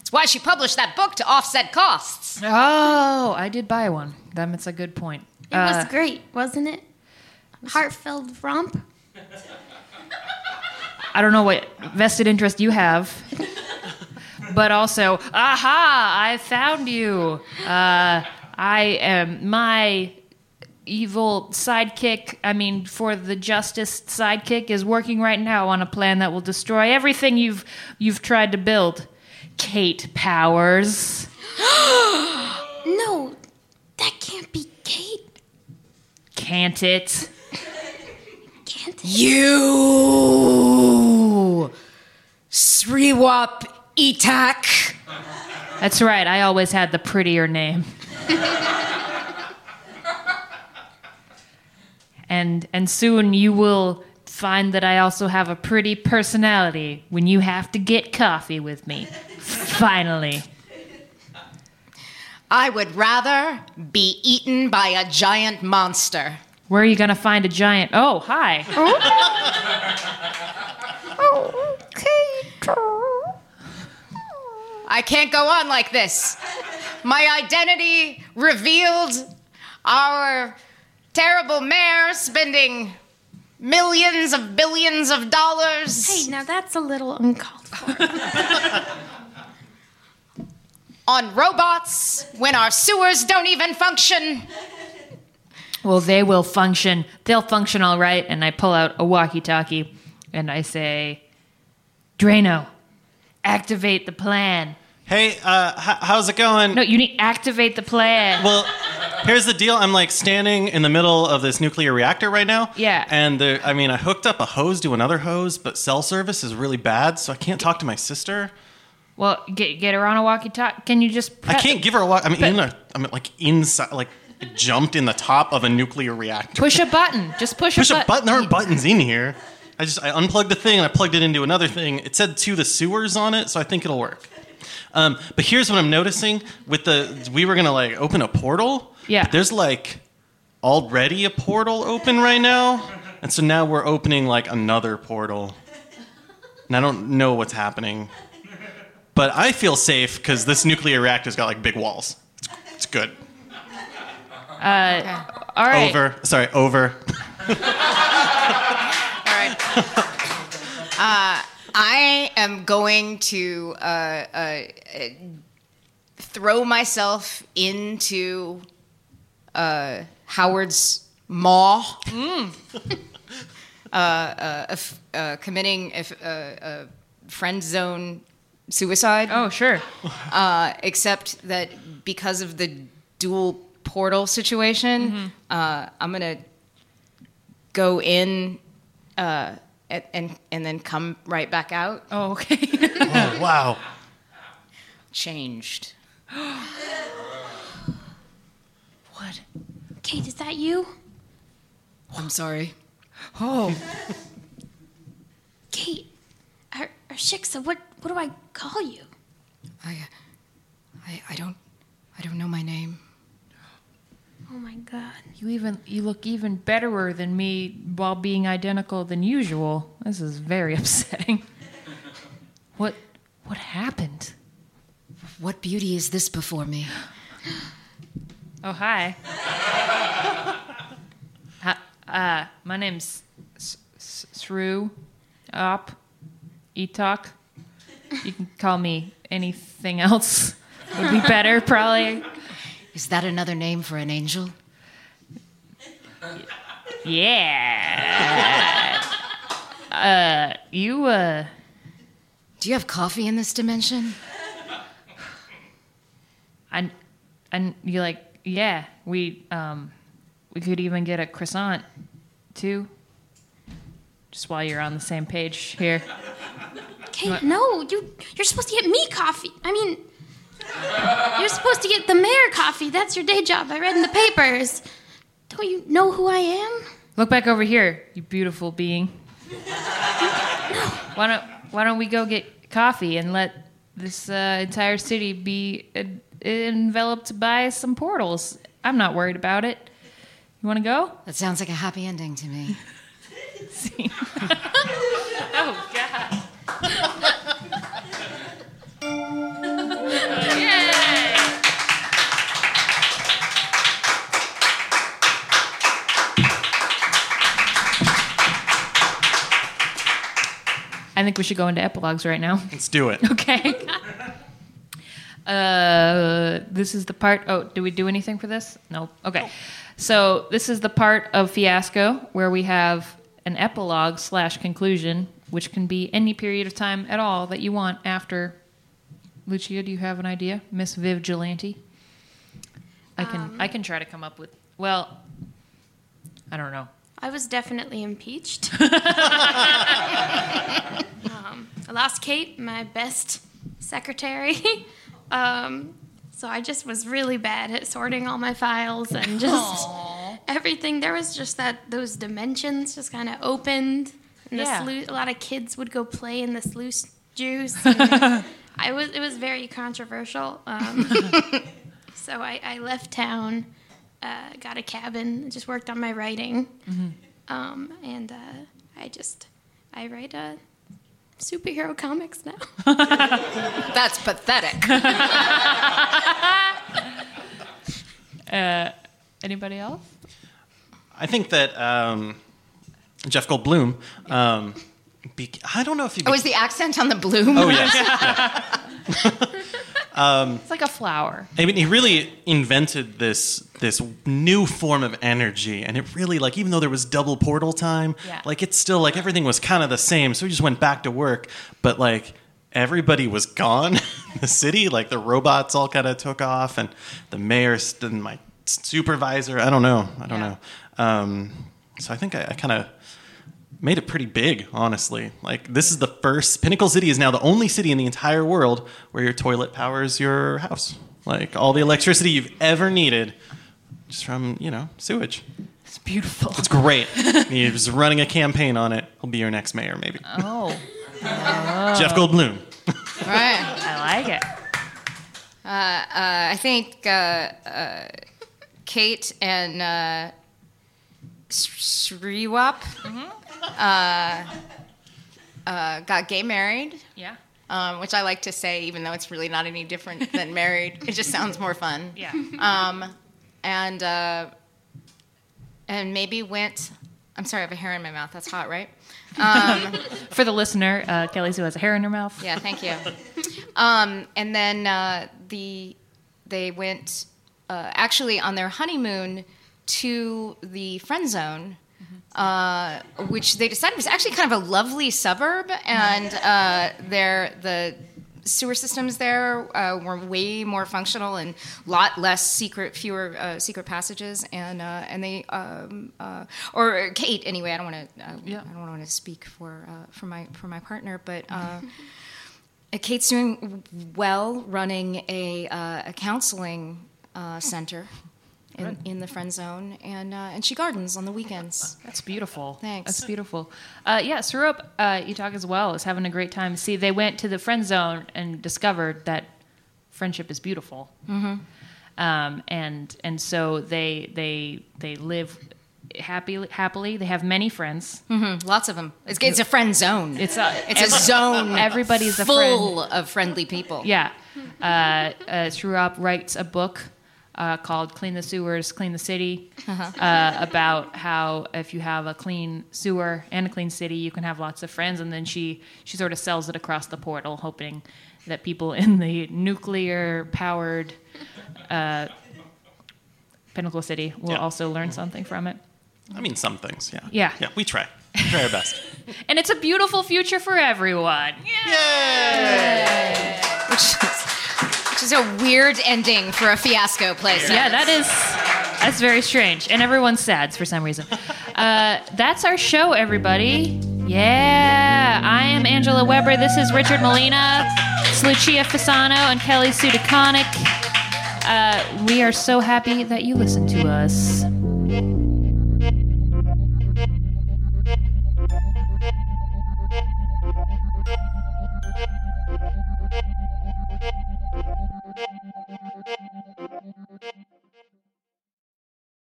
Speaker 5: It's why she published that book to offset costs.
Speaker 1: Oh, I did buy one. Them, it's a good point. Uh,
Speaker 3: It was great, wasn't it? Heartfelt romp.
Speaker 1: I don't know what vested interest you have, but also, aha, I found you. Uh, I am my evil sidekick. I mean, for the justice sidekick is working right now on a plan that will destroy everything you've you've tried to build. Kate Powers.
Speaker 3: No, that can't be Kate,
Speaker 1: Can't it?
Speaker 3: can't it?
Speaker 4: You Sriwap Itak.
Speaker 1: That's right. I always had the prettier name. and and soon you will find that I also have a pretty personality when you have to get coffee with me. Finally.
Speaker 4: I would rather be eaten by a giant monster.
Speaker 1: Where are you going to find a giant? Oh, hi.
Speaker 4: I can't go on like this. My identity revealed. Our terrible mayor spending millions of billions of dollars
Speaker 3: Hey, now that's a little uncalled for.
Speaker 4: on robots when our sewers don't even function.
Speaker 1: Well, they will function. They'll function all right. And I pull out a walkie talkie and I say, Drano, activate the plan.
Speaker 2: Hey, uh, h- how's it going?
Speaker 1: No, you need activate the plan.
Speaker 2: Well, here's the deal. I'm like standing in the middle of this nuclear reactor right now.
Speaker 1: Yeah.
Speaker 2: And the, I mean, I hooked up a hose to another hose, but cell service is really bad, so I can't talk to my sister.
Speaker 1: Well, get get her on a walkie-talkie. Can you just?
Speaker 2: I
Speaker 1: prep-
Speaker 2: can't give her a lot. I'm
Speaker 1: But-
Speaker 2: in a, I'm like inside, like jumped in the top of a nuclear reactor.
Speaker 1: push a button. Just push,
Speaker 2: Push
Speaker 1: a,
Speaker 2: a button. There aren't buttons in here. I just I unplugged the thing and I plugged it into another thing. It said to the sewers on it, so I think it'll work. Um, but here's what I'm noticing with the we were gonna like open a portal.
Speaker 1: Yeah.
Speaker 2: But there's like already a portal open right now, and so now we're opening like another portal, and I don't know what's happening. But I feel safe because this nuclear reactor's got like big walls. It's, it's good.
Speaker 1: All right.
Speaker 2: Over. Sorry. Over.
Speaker 4: All right. uh, I am going to uh, uh, uh, throw myself into uh, Howard's maw, Mm. uh, uh, if- uh, committing if, uh, uh, friend zone suicide.
Speaker 1: Oh sure.
Speaker 4: Uh, except that because of the dual portal situation, uh, I'm gonna go in uh, and, and and then come right back out
Speaker 1: Oh okay.
Speaker 2: Oh, wow.
Speaker 4: changed.
Speaker 1: what?
Speaker 3: Kate, is that you?
Speaker 4: I'm sorry.
Speaker 1: Oh
Speaker 3: Kate, or, or Shiksa, what, what do I call you?
Speaker 4: I, I I don't I don't know my name.
Speaker 3: Oh my god.
Speaker 1: you even you look even betterer than me while being identical than usual. This is very upsetting. what what happened?
Speaker 4: What beauty is this before me?
Speaker 1: Oh hi. hi uh, my name's S- S- Sru Op Etok. You can call me anything else. Would be better, probably.
Speaker 4: Is that another name for an angel?
Speaker 1: Yeah. uh, you uh,
Speaker 4: Do you have coffee in this dimension?
Speaker 1: and and you like yeah. We um, we could even get a croissant too. Just while you're on the same page here.
Speaker 3: Kate, no, you, you're supposed to get me coffee. I mean, you're supposed to get the mayor coffee. That's your day job. I read in the papers. Don't you know who I am?
Speaker 1: Look back over here, you beautiful being. why don't Why don't we go get coffee and let this uh, entire city be uh, enveloped by some portals? I'm not worried about it. You want to go?
Speaker 4: That sounds like a happy ending to me.
Speaker 1: Oh God. I think we should go into epilogues right now.
Speaker 2: Let's do it.
Speaker 1: Okay. uh, this is the part. Oh, do we do anything for this? No. Okay. So this is the part of Fiasco where we have an epilogue slash conclusion, which can be any period of time at all that you want after. Lucia, do you have an idea, Miss Viv Gelante? I can I can try to come up with. Well, I don't know.
Speaker 3: I was definitely impeached. um, I lost Kate, my best secretary. um, so I just was really bad at sorting all my files and just everything. There was just that those dimensions just kind of opened, and
Speaker 1: Yeah.
Speaker 3: the slu- a lot of kids would go play in the sluice juice. and I was it was very controversial. Um, so I, I left town, uh, got a cabin, just worked on my writing, um, and uh, I just I write uh, superhero comics now.
Speaker 6: That's pathetic.
Speaker 1: Anybody else?
Speaker 2: I think that um, Jeff Goldblum. Um, be- I don't know if he.
Speaker 4: Oh, is the accent on the bloom?
Speaker 2: oh yes.
Speaker 1: It's like a flower.
Speaker 2: I mean, he really invented this this new form of energy, and it really like even though there was double portal time,
Speaker 1: Yeah.
Speaker 2: like it's still like everything was kind of the same. So he just went back to work, but like everybody was gone. in the city, like the robots, all kind of took off, and the mayor st- and my supervisor. I don't know. I don't
Speaker 1: Yeah.
Speaker 2: know. Um, so I think I, I kind of made it pretty big, honestly. Like this is the first Pinnacle City is now the only city in the entire world where your toilet powers your house. Like all the electricity you've ever needed just from, you know, sewage.
Speaker 1: It's beautiful.
Speaker 2: It's great. He's running a campaign on it. He'll be your next mayor, maybe.
Speaker 1: Oh,
Speaker 2: Jeff Goldblum.
Speaker 4: Right.
Speaker 1: I like it.
Speaker 4: I think uh, uh, Kate and uh, S- Sriwap uh, uh, got gay married,
Speaker 1: Yeah.
Speaker 4: um, which I like to say, even though it's really not any different than married. It just sounds more fun.
Speaker 1: Yeah.
Speaker 4: Um, and uh, and maybe went. I'm sorry, I have a hair in my mouth. That's hot, right?
Speaker 1: For the listener, uh, Kelly Sue has a hair in her mouth.
Speaker 4: Yeah, thank you. um, and then uh, the they went uh, actually on their honeymoon to the friend zone, uh, which they decided was actually kind of a lovely suburb, and uh, their the sewer systems there uh, were way more functional and lot less secret, fewer uh, secret passages, and uh, and they um, uh, or Kate anyway. I don't want to. Uh,
Speaker 1: Yeah.
Speaker 4: I don't want to speak for uh, for my for my partner, but. Uh, uh, Kate's doing well running a, uh, a counseling uh, center in, in the friend zone, and, uh, and she gardens on the weekends.
Speaker 1: That's beautiful.
Speaker 4: Thanks.
Speaker 1: That's beautiful. Uh, yeah, Sarup, uh, you talk as well, is having a great time. See, they went to the friend zone and discovered that friendship is beautiful.
Speaker 4: Mm-hmm.
Speaker 1: Um, and and so they they they live happily. Happily, they have many friends.
Speaker 4: Lots of them. It's, it's a friend zone.
Speaker 1: Mm-hmm. It's a
Speaker 4: Mm-hmm. It's a zone
Speaker 1: Everybody's a friend.
Speaker 4: full of friendly people.
Speaker 1: Yeah. Uh, uh, Shrub writes a book uh, called Clean the Sewers, Clean the City uh, about how if you have a clean sewer and a clean city, you can have lots of friends. And then she, she sort of sells it across the portal, hoping that people in the nuclear powered uh, Pinnacle City will
Speaker 2: Yeah.
Speaker 1: also learn something from it.
Speaker 2: I mean, some things. Yeah.
Speaker 1: Yeah.
Speaker 2: Yeah. We try. We try our best.
Speaker 1: And it's a beautiful future for everyone.
Speaker 4: Which, is, which is a weird ending for a fiasco place.
Speaker 1: Yeah, that is that's very strange, and everyone's sad for some reason. Uh, that's our show, everybody. Yeah, I am Angela Weber. This is Richard Molina, it's Lucia Fasano, and Kelly Sudaconic. Uh, we are so happy that you listened to us.